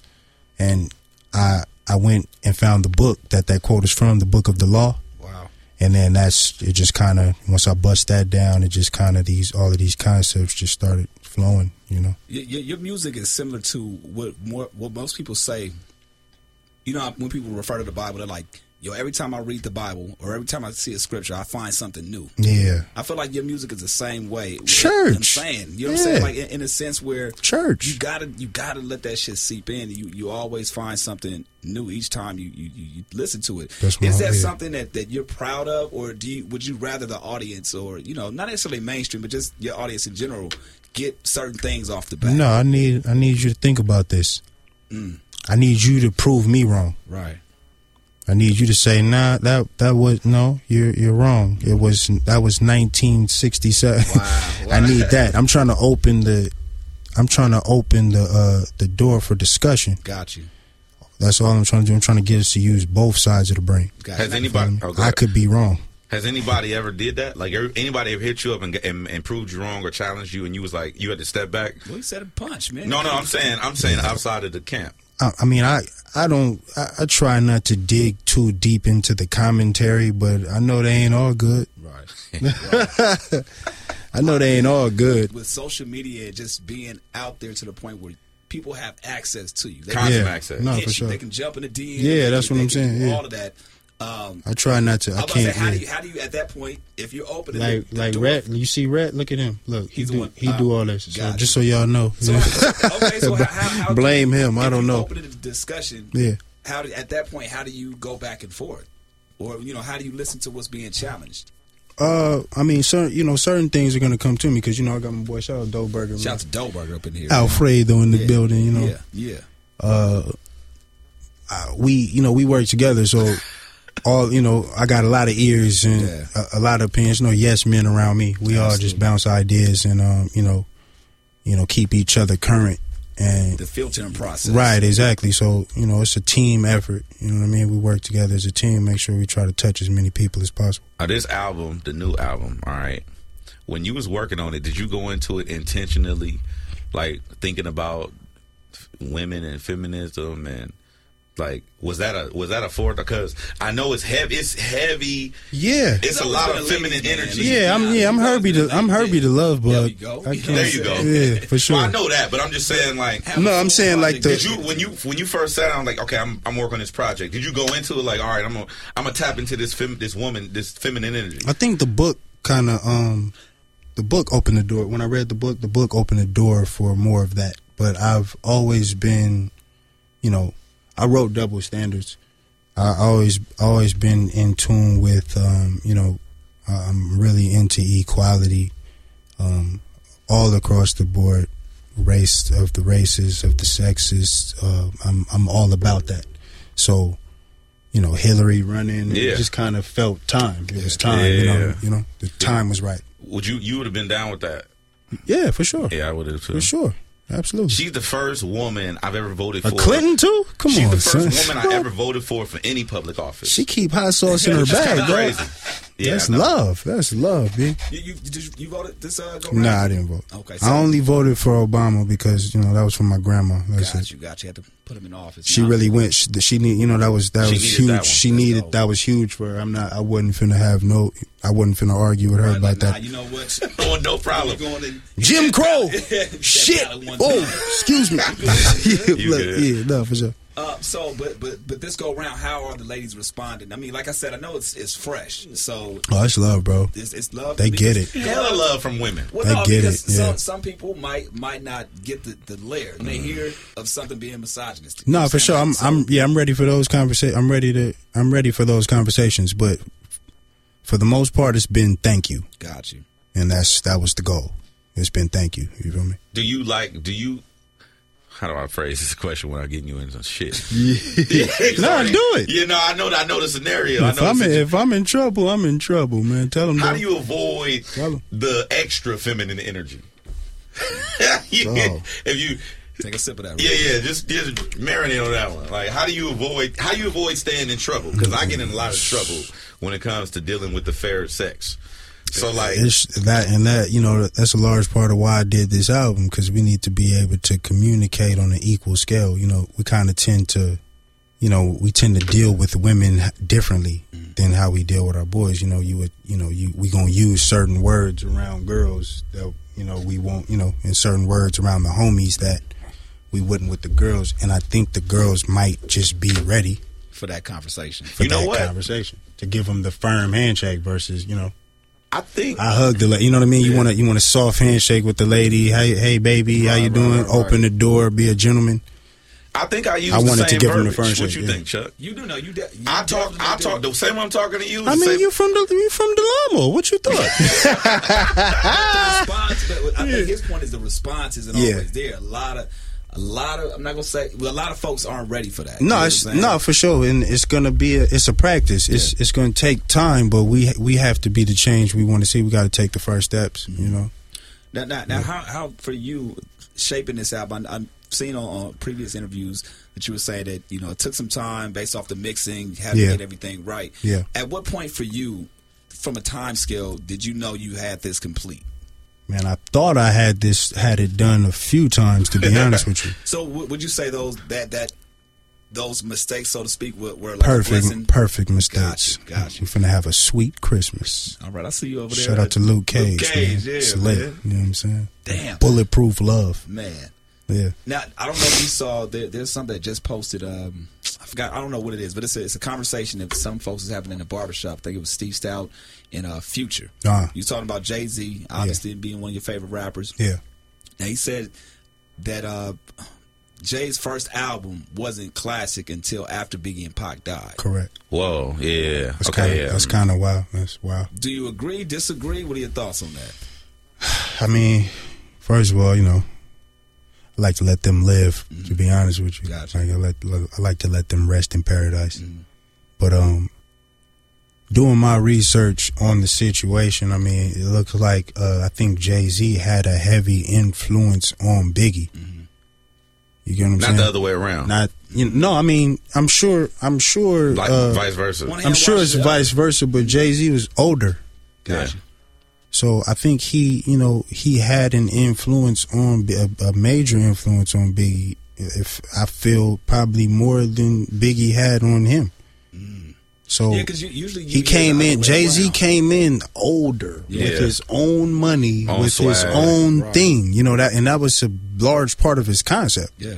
C: and I I went and found the book that that quote is from, the Book of the Law,
E: Wow.
C: and then that's it. Just kind of once I bust that down, it just kind of these all of these concepts just started flowing, you know.
E: Your, your, your music is similar to what more, what most people say. You know, when people refer to the Bible, they're like, "Yo, every time I read the Bible or every time I see a scripture, I find something new."
C: Yeah,
E: I feel like your music is the same way. I'm
C: Church.
E: saying, you know what
C: Yeah.
E: I'm saying, like in, in a sense where
C: church.
E: you gotta you gotta let that shit seep in. You you always find something new each time you you, you, you listen to it.
C: That's my
E: Is that
C: idea.
E: something that, that you're proud of, or do you would you rather the audience, or you know, not necessarily mainstream, but just your audience in general, get certain things off the bat?
C: No, I need I need you to think about this. I need you to prove me wrong.
E: right.
C: I need you to say, nah, that that was no, you're you're wrong. It was that was 1967. I need that. I'm trying to open the, I'm trying to open the uh, the door for discussion.
E: Got you.
C: That's all I'm trying to do. I'm trying to get us to use both sides of the brain.
E: Got
D: Has
E: you.
D: anybody? oh, go
C: I
D: ahead.
C: could be wrong.
D: Has anybody ever did that? Like every- anybody ever hit you up and, and and proved you wrong or challenged you, and you was like, you had to step back.
E: Well, you said a punch, man.
D: No, no, I'm saying, I'm saying outside of the camp.
C: I, I mean, I I don't. I, I try not to dig too deep into the commentary, but I know they ain't all good.
E: Right.
C: I know they ain't all good.
E: With social media just being out there to the point where people have access to you, they
D: Constant
C: Yeah,
D: access.
C: no,
E: can,
C: for
E: hit you,
C: sure.
E: they can jump in the DM.
C: Yeah,
E: they
C: that's
E: can-
C: what I'm
E: they can
C: saying,
E: do
C: yeah.
E: All of that. Um,
C: I try not to. I
E: I was about to say,
C: can't.
E: how do
C: yeah.
E: you how do you at that point if you're open to
C: like
E: the, the
C: like
E: door-
C: Rhett, you see Rhett. Look at him. Look, he
E: He's the
C: do
E: one-
C: he
E: uh,
C: do all this. So
E: got
C: just so y'all know,
E: So,
C: yeah.
E: okay, so how, how, how
C: Blame him, I
E: if
C: don't
E: you
C: know.
E: Open to the discussion.
C: Yeah.
E: How do, at that point how do you go back and forth, or you know how do you listen to what's being challenged?
C: Uh, I mean, certain you know certain things are gonna come to me because you know I got my boy shout out Doe Burger,
E: Shout out to Doberg up in here.
C: Alfredo in the
E: Yeah.
C: building. You know,
E: Yeah. Yeah.
C: uh, I, we you know we work together, so all you know I got a lot of ears and
E: Yeah.
C: a, a lot of opinions. No yes men around me. We all just bounce ideas and um you know, you know keep each other current and
E: The filtering process.
C: Right, exactly. So, you know, it's a team effort. You know what I mean? We work together as a team, make sure we try to touch as many people as possible.
D: Uh, this album, the new album, all right. When you was working on it, did you go into it intentionally, like thinking about f- women and feminism and like was that a was that a fourth? Because I know it's heavy. It's heavy.
C: Yeah.
D: It's a
E: always
D: lot
E: been
D: of
E: a ladies'
D: feminine
E: man.
D: energy.
C: Yeah, I'm yeah, I'm Herbie to I'm Herbie to love,
E: There
C: but
E: you go.
C: I can't-
D: There you go.
C: Yeah, for sure.
D: Well, I know that, but I'm just saying like.
C: No, I'm saying like the-
D: Did you when you when you first sat down like okay I'm I'm working on this project? Did you go into it like all right I'm gonna I'm gonna tap into this fem, this woman this feminine energy?
C: I think the book kind of um the book opened the door. When I read the book, the book opened the door for more of that. But I've always been, you know, I wrote double standards. I always always been in tune with, um, you know, I- I'm really into equality, um, all across the board, race of the races of the sexes. Uh, I'm I'm all about that. So, you know, Hillary running,
D: Yeah.
C: it just kind of felt time. It was time. You know,
D: Yeah.
C: you know, the time was right.
D: Would you you would have been down with that?
C: Yeah, for sure.
D: Yeah, I would have too.
C: For sure. Absolutely.
D: She's the first woman I've ever voted
C: a
D: for.
C: Clinton too? Come
D: She's
C: on,
D: the first
C: son.
D: woman I ever voted for for any public office.
C: She keep hot sauce in her
D: That's
C: bag, bro.
D: crazy. Yeah,
C: that's
D: I know.
C: love. That's love, B.
E: You, you, did you, you voted this uh, go round?
C: Nah, I didn't vote.
E: Okay,
C: I
E: so-
C: only voted for Obama because you know that was for my grandma. That's
E: Got
C: it.
E: you, got you. Had to put him in office.
C: She
E: Nah.
C: really went. She, she need. You know that was that
D: She
C: was
D: needed
C: huge.
D: that one.
C: she
E: That's
C: needed
E: dope.
C: that was huge for her. I'm not. I wasn't finna have no. I wasn't finna argue with her
E: Right,
C: about
E: like, nah,
C: that.
E: you know what?
D: Oh, no problem.
E: You're going in-
C: Jim Crow.
E: That
C: Shit.
E: ballot one
C: Oh,
E: time.
C: excuse me. yeah,
D: You
C: look,
D: good.
C: yeah, no, for sure.
E: Uh, so, but but but this go round, how are the ladies responding? I mean, like I said, I know it's it's fresh, so
C: Oh, that's love, bro.
E: it's, it's love.
C: They get
E: because-
C: it.
D: Hella love from women.
E: Well,
C: They
E: no,
C: get
E: because
C: it, yeah. Mm-hmm.
E: Some, some people might might not get the, the layer. They hear of something being misogynistic. You
C: No,
E: know
C: for
E: what
C: sure. I'm,
E: saying?
C: I'm, yeah, I'm ready for those conversations. I'm ready to, I'm ready for those conversations. But for the most part, it's been thank you,
E: got you.
C: and that's that was the goal. It's been thank you. You feel me?
D: Do you like? Do you? How do I phrase this question without getting you into shit?
C: No, do it.
D: You know, I know, I know the scenario. I
C: If
D: know.
C: I'm,
D: the
C: in,
D: situ-
C: if I'm in trouble, I'm in trouble, man. Tell them.
D: how
C: though.
D: do you avoid
C: Tell 'em.
D: the extra feminine energy?
C: Oh.
D: If you,
E: Take a sip of that.
D: yeah, yeah, just, just marinate on that one. Like, how do you avoid? How you avoid staying in trouble? Because I get in a lot of trouble when it comes to dealing with the fair sex. So, like,
C: It's that and that, you know, that's a large part of why I did this album because we need to be able to communicate on an equal scale. You know, we kind of tend to, you know, we tend to deal with women h- differently
D: Mm.
C: than how we deal with our boys. You know, you would, you know, you we gonna use certain words around girls that you know we won't, you know, and certain words around the homies that we wouldn't with the girls. And I think the girls might just be ready
E: for that conversation.
C: for
D: You know
C: that
D: what?
C: conversation to give them the firm handshake versus, you know.
D: I think
C: I hug the lady. You know what I mean? You want to you want a soft handshake with the lady. Hey, hey, baby, how you doing? Open the door, be a gentleman.
D: I think I use
C: I
D: the
C: wanted to
D: same
C: give him the
D: verbiage.
C: first
D: What
C: shit,
D: you
C: yeah.
D: think, Chuck?
E: You do know you. De- you
D: I talk. I
E: definitely
D: talk
E: do.
D: the same way I'm talking to you.
C: I
D: the
C: mean,
D: same-
C: you from the you from Delamo. What you thought?
E: response, but I think his point is the response isn't
C: Yeah.
E: always there. A lot of, a lot of, I'm not gonna say, well, a lot of folks aren't ready for that. You know
C: no,
E: what
C: it's
E: I'm saying?
C: no for sure, and it's gonna be a it's a practice. It's it's gonna take time, but we we have to be the change we want to see. We got to take the first steps.
E: Mm-hmm.
C: You know,
E: Now, now, now how, how for you shaping this album? I- I've seen on, on previous interviews that you were saying that you know it took some time based off the mixing, having
C: Yeah.
E: to get everything right.
C: Yeah.
E: At what point for you, from a time scale, did you know you had this complete?
C: man, I thought I had this had it done a few times. To be honest with you,
E: So w- would you say those that that those mistakes, so to speak, were, were like a blessing?
C: perfect perfect mistakes.
E: Gotcha, gotcha.
C: We're finna have a sweet Christmas.
E: All right, I see you over there.
C: Shout out to Luke Cage.
E: Cage,
C: man.
E: yeah,
C: it's lit.
E: man.
C: You know what I'm saying?
E: Damn.
C: Bulletproof love.
E: man.
C: Yeah.
E: Now I don't know if you saw there, there's something that just posted. Um, I forgot. I don't know what it is, but it's a, it's a conversation that some folks is having in a barbershop. I think it was Steve Stout and uh, Future.
C: Uh-huh.
E: You talking about Jay Z, obviously being one of your favorite rappers.
C: Yeah.
E: Now he said that uh, Jay's first album wasn't classic until after Biggie and Pac died.
C: Correct.
D: Whoa, yeah.
C: That's
D: okay,
C: kinda,
D: yeah.
C: That's kind of wild. That's wild.
E: Do you agree? Disagree? What are your thoughts on that?
C: I mean, first of all, you know, I like to let them live. To be honest with you,
E: Gotcha.
C: like I let I like to let them rest in paradise.
D: Mm-hmm.
C: But um, doing my research on the situation, I mean, it looks like uh, I think Jay Z had a heavy influence on Biggie. You get what I'm
D: Mm-hmm. Not
C: saying?
D: the other way around.
C: Not you know, no, I mean, I'm sure. I'm sure.
D: like
C: uh,
D: vice versa.
E: One hand
C: I'm sure
E: washes
C: it's
E: the other.
C: vice versa, but Jay Z was older,
D: Gotcha.
C: so I think he, you know, he had an influence on B- a, a major influence on Biggie. If I feel probably more than Biggie had on him, so
E: Mm. Yeah, because usually you
C: Oh. he
E: hear
C: came
E: the other
C: in.
E: way
C: Jay Z
E: around.
C: came in older
D: Yeah.
C: with his own money,
D: Own
C: with his
D: swag.
C: own
E: Right.
C: thing. You know that, and that was a large part of his concept.
E: Yeah.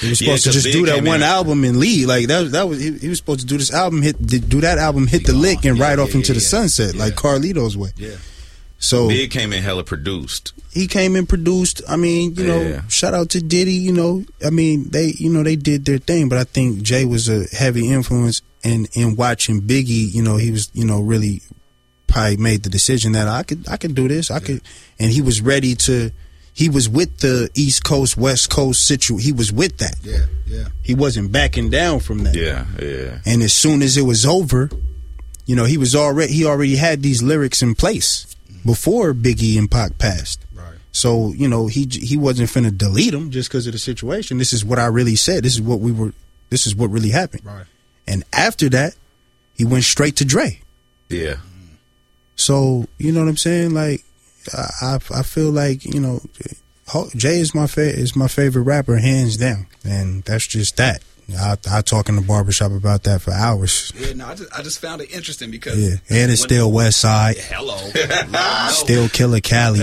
C: He was
D: Yeah,
C: supposed
D: 'cause
C: to just
D: Big
C: do that
D: came
C: one
D: in-
C: album and leave. Like that, that was he, he was supposed to do this album, hit do that album, hit the
E: gone.
C: lick, and
E: Yeah,
C: ride
E: yeah,
C: off into
E: yeah,
C: the
E: yeah.
C: sunset like
E: Yeah.
C: Carlito's way.
E: Yeah.
C: So
D: Big came in hella produced.
C: he came and produced. I mean, you know,
D: Yeah.
C: shout out to Diddy. You know, I mean, they you know they did their thing, but I think Jay was a heavy influence. And in watching Biggie, you know, he was you know really probably made the decision that I could I could do this. I could, and he was ready to. He was with the East Coast West Coast situ. He was with that.
E: Yeah. Yeah.
C: He wasn't backing down from that.
D: Yeah, yeah.
C: And as soon as it was over, you know, he was already he already had these lyrics in place before Biggie and Pac passed.
E: Right.
C: So you know he j- he wasn't finna delete them just because of the situation. This is what I really said. This is what we were. This is what really happened.
E: Right.
C: And after that, he went straight to Dre.
D: Yeah.
C: So you know what I'm saying? Like I I, I feel like you know Jay is my fa- is my favorite rapper hands down, and that's just that. I, I talk in the barbershop about that for hours.
E: Yeah, no, I just, I just found it interesting because
C: Yeah, and it's
E: when-
C: still West Side,
E: hello, Let 'em know.
C: still Killer Cali.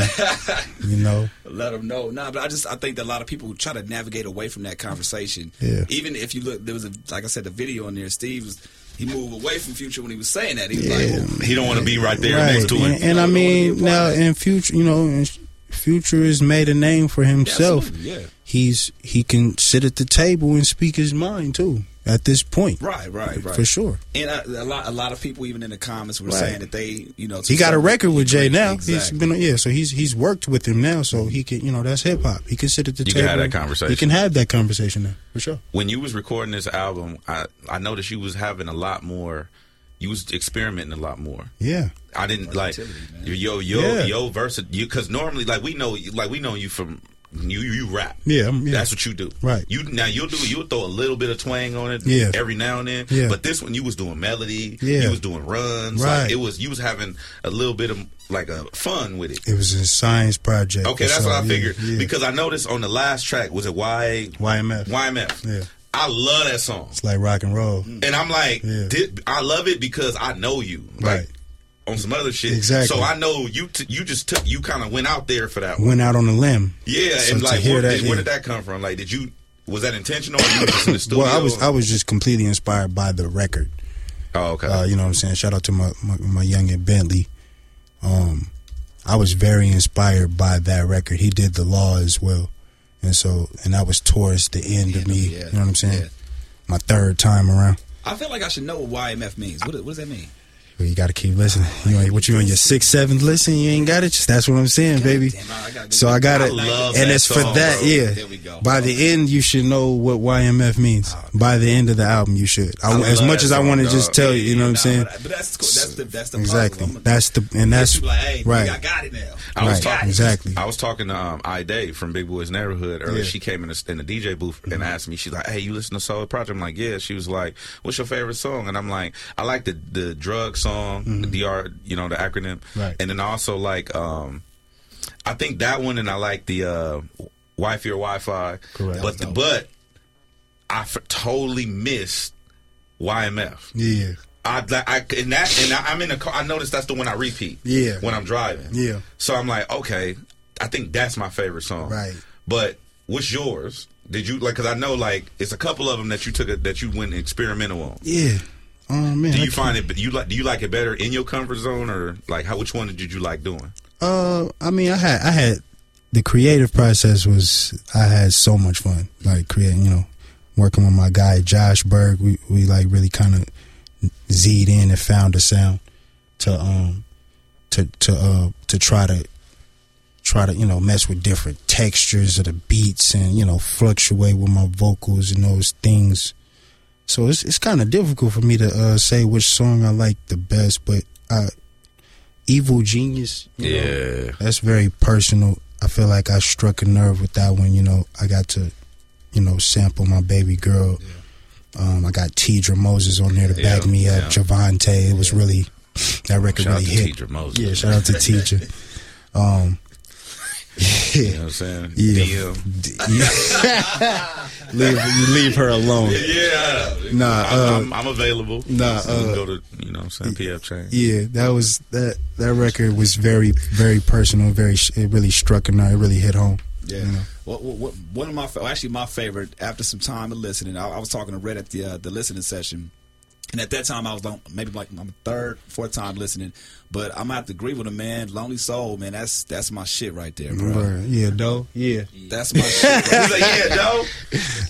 C: You know,
E: let them know. Nah, but I just I think that a lot of people try to navigate away from that conversation.
C: Yeah.
E: Even if you look, there was a like I said, the video in there. Steve was he moved away from Future when he was saying that. He was like, well,
D: He don't want to be right there next
C: right?
D: to him.
C: And, and I mean now in future, you know, in future has made a name for himself.
E: Absolutely, yeah.
C: He's he can sit at the table and speak his mind too. At this point,
E: Right, right, right.
C: for sure.
E: And a, a lot, a lot of people, even in the comments, were
C: Right.
E: saying that they, you know,
C: He got a record with Jay now. He's
E: Exactly.
C: been on- yeah, so he's he's worked with him now, so he can you know that's hip hop. He can sit at the
D: You can
C: table.
D: have that conversation.
C: He can have that conversation now for sure.
D: When you was recording this album, I I noticed you was having a lot more. You was experimenting a lot more.
C: Yeah,
D: I didn't like yo yo
C: Yeah.
D: yo versa you because normally like we know like we know you from you you rap
C: Yeah, I'm- yeah.
D: that's what you do
C: Right.
D: you now you'll do you'll throw a little bit of twang on it
C: Yeah.
D: every now and then
C: Yeah.
D: but this one you was doing melody
C: Yeah.
D: you was doing runs
C: Right.
D: like it was you was having a little bit of like a fun with it
C: it was a science project.
D: Okay, that's
C: so,
D: what I
C: yeah,
D: figured
C: yeah.
D: because I noticed on the last track was it Y
C: YMF.
D: YMF.
C: Yeah.
D: I love that song,
C: it's like rock and roll.
D: and I'm like,
C: Yeah.
D: did, I love it because I know you, like,
C: Right.
D: On some other shit,
C: Exactly.
D: So I know you. T- you just took. You kind of went out there for that one,
C: Went out on a limb.
D: yeah.
C: So
D: and
C: to
D: like,
C: hear
D: where,
C: that,
D: did, where
C: yeah.
D: did that come from? Like, did you? Was that intentional? Or you were just in the studio?
C: Well, I was I was just completely inspired by the record.
D: oh, okay.
C: Uh, you know what I'm saying? Shout out to my my, my youngin Bentley. Um, I was very inspired by that record. He did the law as well, and so and that was towards the end of me.
E: yeah,
C: You know what I'm saying?
E: yeah.
C: My third time around.
E: I feel like I should know what YMF means. What, what does that mean?
C: But you got to keep listening. You ain't, what you on your sixth, seventh listen? You ain't got it. Just that's what I'm saying, baby.
E: damn, I gotta go
C: so I got
D: I
C: it,
D: love
C: and
D: that
C: it's for
D: song,
C: that.
D: bro.
C: Yeah.
E: There we go.
C: By the end, you should know what YMF means. By the end of the album, you should. I,
D: love
C: as much
D: that
C: as I
D: song,
C: want to
D: dog.
C: just tell you, you know what I'm
E: Nah,
C: saying?
E: But, but that's cool. That's the that's the
C: Exactly.
E: Problem. I'm-
C: That's the and that's
E: people like, hey, nigga, I
C: right.
E: got it now.
D: I was
C: Right,
D: talking
C: exactly.
D: I was talking to um, I Day from Big Boy's Neighborhood earlier.
C: Yeah. Mm-hmm.
D: She came in the, in the DJ booth and asked me. She's like, "Hey, you listen to Soul Project?" I'm like, "Yeah." She was like, "What's your favorite song?" And I'm like, "I like the the drug song, the DR, you know, the acronym,
C: Mm-hmm. Right.
D: and then I also like um, I think that one, and I like the uh, Wi-Fi or Wi-Fi.
C: Correct.
D: But the, but I f- totally missed YMF.
C: Yeah.
D: I, I and that and I, I'm in the car. I noticed that's the one I repeat.
C: Yeah.
D: When I'm driving.
C: Yeah.
D: So I'm like, okay, I think that's my favorite song.
C: Right.
D: But what's yours? Did you like? Because I know like it's a couple of them that you took a, that you went experimental on.
C: Yeah. Oh man.
D: Do
C: I
D: you find it? You like? Do you like it better in your comfort zone or like how? Which one did you like doing?
C: Uh, I mean, I had I had the creative process was I had so much fun like creating. You know, working with my guy Josh Berg, we we like really kind of z'd in and found a sound to um to to uh to try to try to you know mess with different textures of the beats and you know fluctuate with my vocals and those things. So it's it's kind of difficult for me to uh, say which song I like the best, but I, Evil Genius, you know, that's very personal. I feel like I struck a nerve with that one. You know, I got to, you know, sample my baby girl. Um, I got Tidra Moses on there to
D: Yeah,
C: back me up.
D: yeah.
C: Javante, it was really that record
D: Shout out
C: really
D: to
C: hit.
D: Teacher Moses.
C: Yeah, shout out to Tidra. Um,
D: You know what I'm saying?
C: Yeah.
D: DM.
C: leave you leave her alone.
D: Yeah.
C: Nah,
D: I'm,
C: uh,
D: I'm, I'm available.
C: nah,
D: So you can
C: uh,
D: go to you know what I'm saying PF chain.
C: Yeah, that was that that record was very very personal. Very it really struck a nerve. It really hit home.
E: Yeah. What, what, what, one of my fa- actually my favorite after some time of listening, I, I was talking to Red at the uh, the listening session, and at that time I was on, maybe like my third, fourth time listening, but I'm gonna have to agree with him, man. Lonely Soul, man, that's that's my shit right there, bro.
C: Right. Yeah, though. Yeah,
E: That's my shit.
D: He's like, yeah, Joe.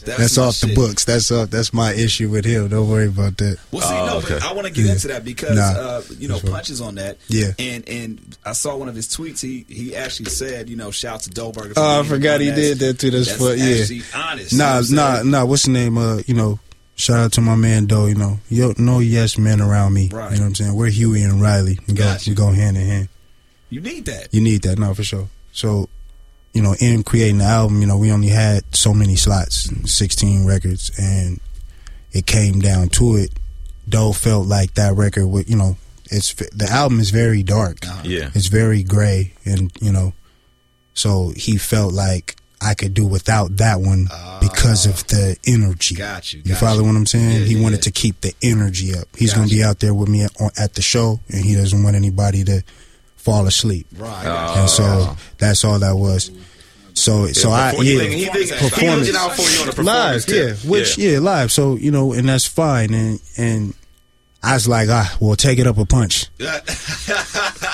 C: that's,
E: my
C: off the
E: shit.
C: books. That's off. That's my issue with him. Don't worry about that.
E: Well, see, no,
D: okay.
E: but I want to get
C: Oh, Yeah.
E: into that because
C: Nah.
E: uh, you know
C: That's right.
E: punches on that.
C: Yeah.
E: and and I saw one of his tweets. He he actually said, you know, shout to Dolberger. for
C: Oh, I
E: being the
C: forgot he
E: one
C: did that too. That's fu- yeah.
E: actually honest. you know
C: Nah,
E: what I'm
C: nah,
E: saying?
C: nah. What's the name? Uh, you know, shout out to my man Doe. You know, yo, no yes men around me.
E: Right.
C: You know what I'm saying? We're Huey and Riley. We go,
E: Gotcha.
C: we go hand in hand.
E: You need that.
C: You need that, no, for sure. So, you know, in creating the album, you know, we only had so many slots, 16 records, and it came down to it. Doe felt like that record would, you know, it's the album is very dark.
D: Yeah.
C: It's very gray, and you know, so he felt like I could do without that one because of the energy.
E: Got you,
C: You
E: got
C: follow
E: you.
C: what I'm saying?
E: Yeah,
C: he
E: yeah,
C: wanted
E: yeah.
C: to keep the energy up. He's
E: Got
C: gonna be
E: you.
C: out there with me at, on, at the show, and he doesn't want anybody to fall asleep.
E: Right.
C: and so that's all that was. So so I
D: He
C: yeah
D: think- he think- he
C: performance
D: looking out for you on a
C: live
D: performance
C: yeah
D: tip.
C: which yeah. live so you know and that's fine and and I was like ah well take it up a punch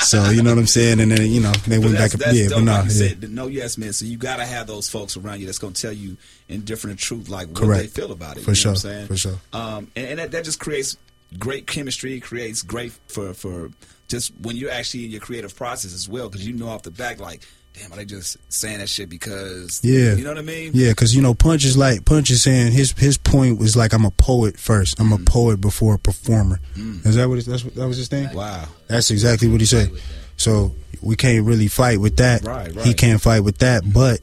C: so you know what I'm saying and then you know they went back
E: that's,
C: up
E: that's
C: yeah
E: dope.
C: but no
E: like you
C: yeah.
E: said, the no yes men. So you gotta have those folks around you that's gonna tell you indifferent truth, like what
C: Correct.
E: they feel about it.
C: For
E: you
C: sure,
E: know what I'm saying?
C: for sure.
E: Um, and, and that, that just creates great chemistry. Creates great for for just when you're actually in your creative process as well, because you know off the back, like, damn, are they just saying that shit because?
C: Yeah.
E: You know what I mean?
C: Yeah, because you know, Punch is like Punch is saying his his point was like I'm a poet first.
E: Hmm.
C: I'm a poet before a performer. Is that what it, that's what, that was his thing?
E: Wow.
C: That's exactly what he said. So we can't really fight with that.
E: Right,
C: He
E: right.
C: can't fight with that, but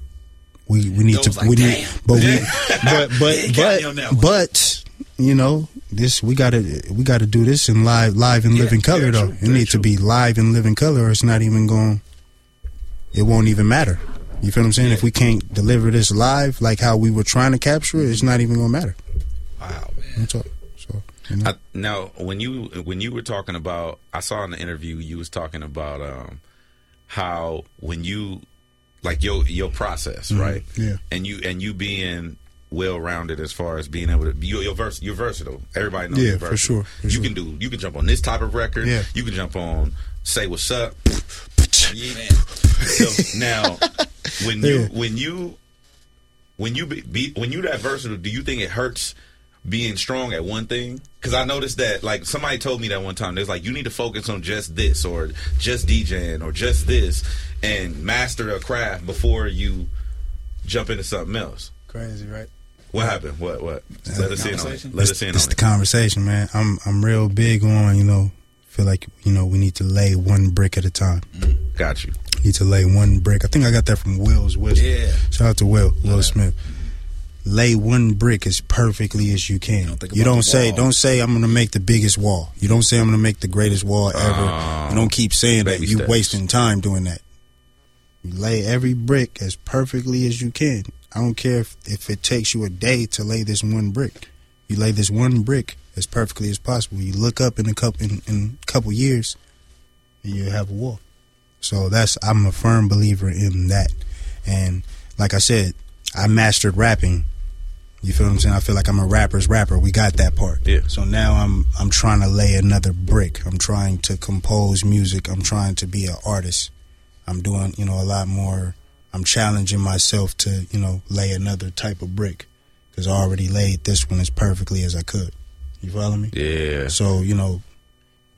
C: we we need
E: Those
C: to
E: like,
C: we need
E: damn.
C: but we but but
E: Yeah, you got me on that
C: but
E: one.
C: but you know this we gotta we gotta do this in live live and live in
E: yeah,
C: color though.
E: true,
C: it
E: very
C: needs to
E: true.
C: be live and live in color. Or it's not even going. It won't even matter. You feel what I'm saying? If we can't deliver this live like how we were trying to capture it, it's not even gonna matter.
E: Wow, man.
C: That's all. So you know.
D: I, now, when you when you were talking about, I saw in the interview you was talking about um, how when you like your your process, right?
C: Mm-hmm. yeah.
D: And you and you being well rounded as far as being able to you, you're, vers- you're versatile. Everybody knows
C: Yeah,
D: you're
C: for
D: versatile.
C: sure, for
D: you
C: sure.
D: can do you can jump on this type of record.
C: Yeah.
D: You can jump on say what's up. So, now, when you
C: Yeah.
D: when you when you be, be when you that versatile, do you think it hurts being strong at one thing? Because I noticed that like somebody told me that one time. There's like you need to focus on just this or just DJing or just this and master a craft before you jump into something else.
C: Crazy, right?
D: What happened? What what?
C: Uh,
D: Let us in on it. Let us in on
C: It's the
D: it.
C: conversation, man. I'm I'm real big on you know. Feel like you know we need to lay one brick at a time.
D: Got you.
C: We need to lay one brick. I think I got that from Will's wisdom.
E: Yeah.
C: Shout out to Will Will Smith. Lay one brick as perfectly as you can. You don't,
E: think about the
C: say
E: wall.
C: don't say I'm gonna make the biggest wall. You don't say I'm gonna make the greatest wall ever.
E: Oh,
C: you don't keep saying that.
D: baby
C: You
D: steps.
C: wasting time doing that. You lay every brick as perfectly as you can. I don't care if, if it takes you a day to lay this one brick. You lay this one brick as perfectly as possible. You look up in a couple in, in a couple years, and you have a wall. So that's I'm a firm believer in that. And like I said, I mastered rapping. You feel what I'm saying? I feel like I'm a rapper's rapper. We got that part.
D: Yeah.
C: So now I'm I'm trying to lay another brick. I'm trying to compose music. I'm trying to be an artist. I'm doing, you know, a lot more. I'm challenging myself to, you know, lay another type of brick because I already laid this one as perfectly as I could. You follow me?
D: Yeah.
C: So you know,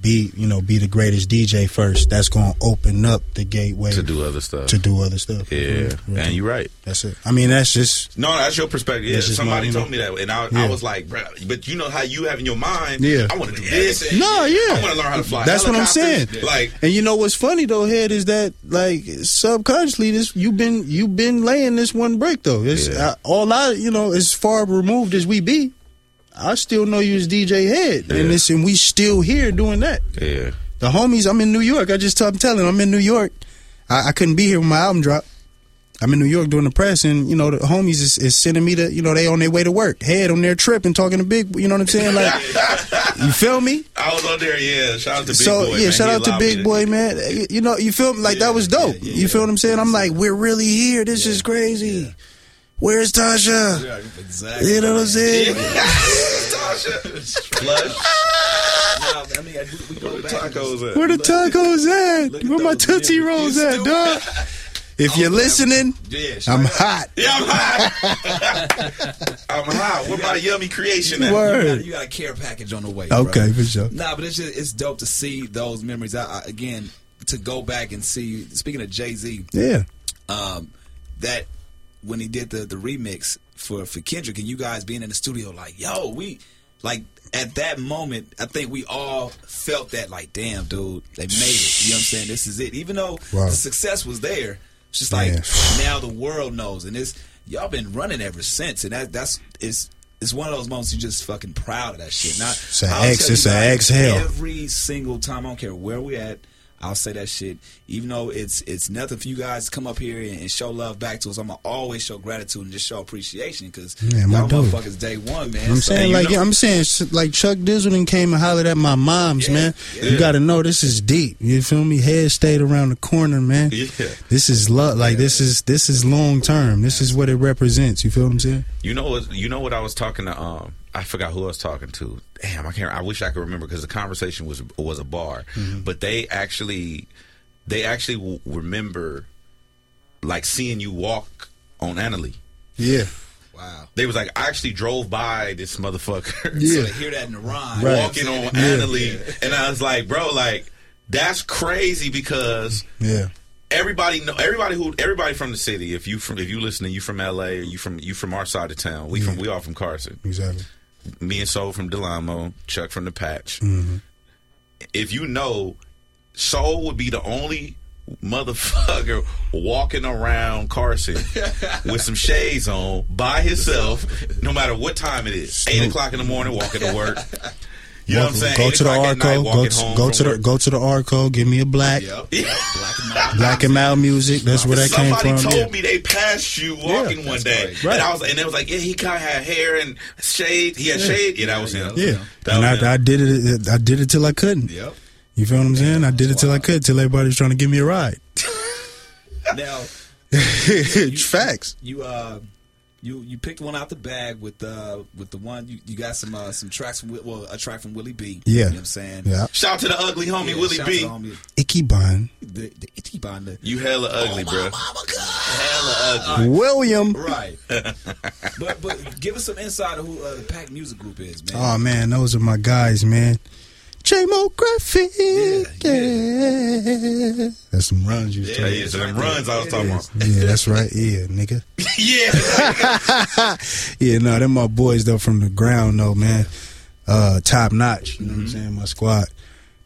C: be you know be the greatest DJ first. That's going to open up the gateway
D: To do other stuff.
C: to Mm-hmm. do other stuff.
D: yeah. And you're right.
C: That's it. I mean, that's just
D: No, that's your perspective. Yeah,
C: That's just mine,
D: somebody
C: you
D: told me
C: know?
D: that, and I, I
C: Yeah.
D: was like, bruh, but you know how you have in your mind.
C: Yeah.
D: I want to do this. and
C: no, yeah.
D: I want to learn how to fly.
C: That's what I'm saying.
D: helicopters." Like,
C: and you know what's funny though, head is that like subconsciously this you've been you've been laying this one break though. It's
D: Yeah.
C: I, all I you know as far removed as we be. I still know you as DJ Head, and
D: Yeah.
C: this, and we still here doing that.
D: yeah,
C: The homies, I'm in New York. I just I'm telling, I'm in New York. I, I couldn't be here when my album dropped. I'm in New York doing the press, and you know the homies is, is sending me to, you know, they on their way to work, head on their trip, and talking to big, you know what I'm saying? Like, you feel me?
D: I was on there. Yeah, shout out to Big
C: so
D: Boy.
C: yeah,
D: man.
C: shout
D: He
C: out to
D: allowed me
C: Big Boy, man. You- You know, you feel me? like that was dope. you feel what I'm saying? I'm like, we're really here. This is crazy. Where's Tasha?
E: Yeah, exactly.
C: You know what I'm saying?
D: Tasha, flush
E: Now, I mean, we, we go back to this-
D: tacos.
C: Where
D: At.
C: the tacos at?
E: Look at
C: Where my
E: those lyrics.
C: tootsie rolls
E: You
C: at,
E: stupid.
C: dog? If you're listening,
E: Yeah,
C: I'm
E: straight up.
C: hot.
D: Yeah, I'm high. I'm high. What about a yummy creation? at?
C: Word.
E: You got, you got a care package on the way.
C: Okay,
E: bro.
C: for sure.
E: Nah, but it's just it's dope to see those memories. I, I again to go back and see. Speaking of Jay Z,
C: Yeah.
E: um, that when he did the the remix for for Kendrick and you guys being in the studio, like yo, we like at that moment, I think we all felt that like, damn, dude, they made it. You know what I'm saying? This is it. Even though
C: Wow.
E: the success was there, it's just like
C: Yeah.
E: now the world knows, and it's y'all been running ever since, and that that's it's it's one of those moments you're just fucking proud of that shit. Not,
C: It's an
E: I'll
C: ex-
E: tell you
C: it's an
E: guys,
C: exhale.
E: Every single time, I don't care where we at, I'll say that shit. Even though it's it's nothing for you guys to come up here and, and show love back to us, I'm gonna always show gratitude and just show appreciation because
C: Yeah, my
E: y'all
C: dude.
E: motherfuckers day one, man.
C: I'm
E: So-
C: saying
E: you
C: like
E: know-
C: I'm saying sh- like Chuck Dizzleton came and hollered at my mom's man. You got to know this is deep. You feel me? Head stayed around the corner, man.
D: Yeah.
C: This is love. Like this is this is long term. This is what it represents. You feel what I'm saying?
D: You know what? You know what I was talking to. Um, I forgot who I was talking to. Damn, I can't. I wish I could remember because the conversation was was a bar, but they actually they actually w- remember like seeing you walk on Annalee.
C: Yeah.
E: wow.
D: They was like, I actually drove by this motherfucker
E: So
C: Yeah.
E: to hear that in the rhyme,
C: Right.
D: walking on Annalee, and I was like, bro, like that's crazy because
C: Yeah.
D: everybody know everybody who everybody from the city. If you from if you listening, you from L.A. or you from you from our side of town. We from we all from Carson.
C: Exactly.
D: me and Soul from Delamo, Chuck from the Patch.
C: Mm-hmm.
D: If you know, Soul would be the only motherfucker walking around Carson with some shades on by himself, no matter what time it is. Eight o'clock in the morning, walking to work. You know what I'm saying?
C: Go
D: Eight
C: to the
D: o'clock at night,
C: Arco. Go
D: walking
C: to
D: home
C: go
D: from
C: to the
D: work.
C: go to the Arco. Give me a black
E: Yep.
D: Yeah.
E: Black and white.
C: black and mild music. That's where that came
D: Somebody
C: from.
D: told
C: Yeah.
D: me they passed you walking one day,
C: right.
D: and I was, and it was like, yeah, he kind of had hair and shade. He had shade. Yeah, that was him.
C: Yeah,
D: that
C: and
D: was him.
C: I, I did it. I did it till I couldn't.
E: Yep.
C: You feel what I'm saying? I did it till I could. Till everybody was trying to give me a ride.
E: Now
C: Facts.
E: you uh you you picked one out the bag with uh with the one you, you got some uh some tracks from Wi- well a track from Willie B. You
C: Yeah.
E: know what I'm saying?
C: Yeah.
D: Shout out to the ugly homie Willie
E: shout
D: B.
E: to the homie,
C: Icky Bond.
E: The, the itty binder.
D: You hella ugly,
E: Oh,
D: bro. Hella ugly.
C: William.
E: Right. but but give us some insight of who uh, the Pack Music Group is, man.
C: Oh man, those are my guys, man. J Mo Graphic. Yeah,
E: Yeah,
C: That's some runs you was
D: Yeah,
C: talking
D: yeah, so them runs I was talking about.
C: about. Yeah, that's right. Yeah, nigga.
D: yeah.
C: Yeah, no, them my boys though from the ground though, man. Uh, top notch. You know what
E: Mm-hmm.
C: I'm saying? My squad.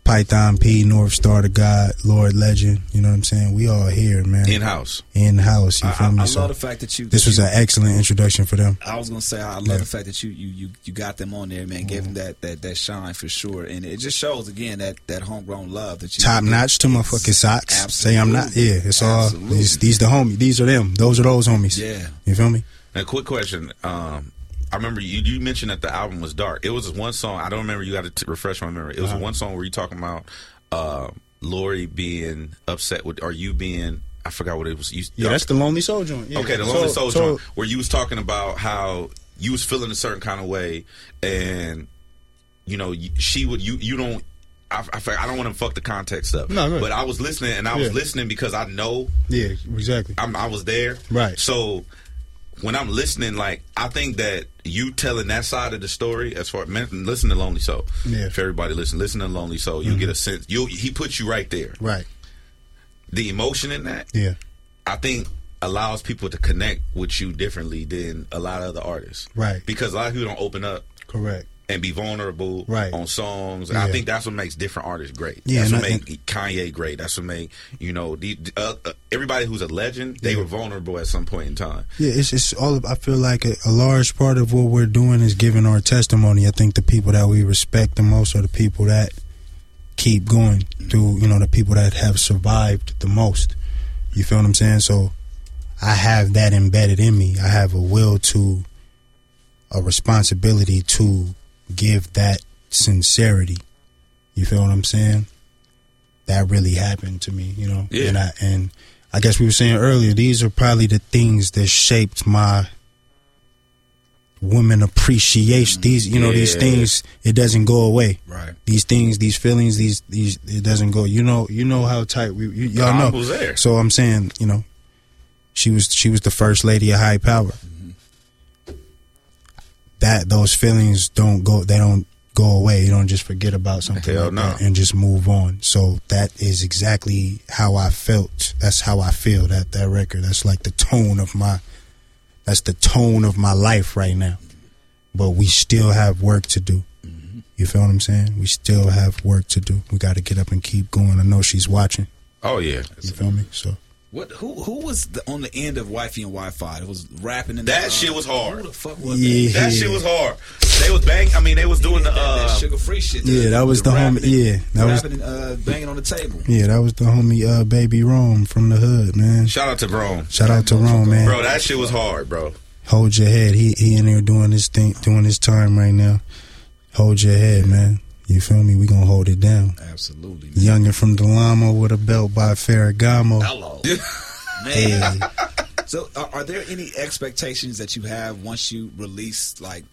C: Python P, North Star to God, Lord Legend. You know what I'm saying? We all here, man.
D: In house.
C: In house. You
E: I,
C: feel
E: I, I
C: me?
E: love
C: so
E: the fact that you
C: this was
E: you,
C: an excellent introduction for them.
E: I was gonna say I love the fact that you you you you got them on there, man. Gave
C: Mm-hmm.
E: them that that that shine for sure, and it just shows again that that homegrown love that you
C: top notch to my fucking socks. Say I'm not.
E: Absolutely.
C: Yeah, it's all
E: Absolutely.
C: these. These the homie. These are them. Those are those homies.
E: Yeah.
C: you feel me?
D: Now, quick question. Um, I remember you, you mentioned that the album was dark. It was one song. I don't remember. You got to refresh my memory. It
C: Uh-huh.
D: was one song where you talking about uh, Lori being upset with, or you being, I forgot what it was. You,
C: Yeah, that's the lonely soul joint. Yeah.
D: Okay, the Lonely Soul joint, where you was talking about how you was feeling a certain kind of way, and you know y- she would you you don't. I, I, I don't want to fuck the context up,
C: No, go ahead.
D: but I was listening and I was
C: Yeah.
D: listening because I know
C: Yeah, exactly.
D: I'm, I was there,
C: Right.
D: So when I'm listening, like I think that you telling that side of the story, as far man, listen to Lonely Soul,
C: Yeah. Mm-hmm.
D: If everybody listen, listen to Lonely Soul, you get a sense. You he puts you right there.
C: Right.
D: The emotion in that,
C: Yeah.
D: I think allows people to connect with you differently than a lot of other artists.
C: Right.
D: Because a lot of people don't open up
C: Correct.
D: and be vulnerable
C: Right.
D: on songs. And I
C: Yeah.
D: think that's what makes different artists great.
C: Yeah,
D: that's
C: and
D: what
C: I-
D: makes Kanye great. That's what make you know the, the- uh, uh, everybody who's a legend. They were vulnerable at some point in time.
C: Yeah, it's it's all. Of, I feel like a, a large part of what we're doing is giving our testimony. I think the people that we respect the most are the people that keep going through. You know, the people that have survived the most. You feel what I'm saying? So, I have that embedded in me. I have a will to, a responsibility to give that sincerity. You feel what I'm saying? That really happened to me. You know,
D: Yeah.
C: and I and I guess we were saying earlier, these are probably the things that shaped my women appreciation. These, you know, these
D: Yeah.
C: things. It doesn't go away.
E: Right.
C: These things, these feelings, these these. It doesn't go. You know, you know how tight we you, y'all
D: I
C: know.
D: was there.
C: So I'm saying, you know, she was she was the first lady of high power. That those feelings don't go. They don't go away. You don't just forget about something
D: Hell
C: like
D: no.
C: that and just move on. So that is exactly how I felt. That's how I feel. That that record. That's like the tone of my. That's the tone of my life right now. But we still have work to do.
D: Mm-hmm.
C: You feel what I'm saying? We still have work to do. We got to get up and keep going. I know she's watching.
D: Oh yeah,
C: You feel me? So
E: What who who was the, on the end of Wifey and Wi-Fi? It was rapping in
D: That
E: the,
D: shit was hard.
E: Who the fuck was
C: Yeah.
E: that?
D: That shit was hard. They was bang. I mean, they was doing the.
E: That, that
D: Uh,
E: sugar free shit.
C: Yeah, that was the
E: rapping
C: homie- yeah, that was-
E: rapping and uh, banging on the table.
C: Yeah, that was the homie uh, Baby Rome from the hood, man.
D: shout out to Bro.
C: Shout out to Rome, man.
D: Bro, that shit was hard, bro.
C: Hold your head. He he in there doing his thing, doing his time right now. Hold your head, man. You feel me? We gonna hold it down.
E: Absolutely. Man.
C: Youngin from Delamo with a belt by Ferragamo.
E: Hello.
C: Hey,
E: Man. So, are, are there any expectations that you have once you release, like,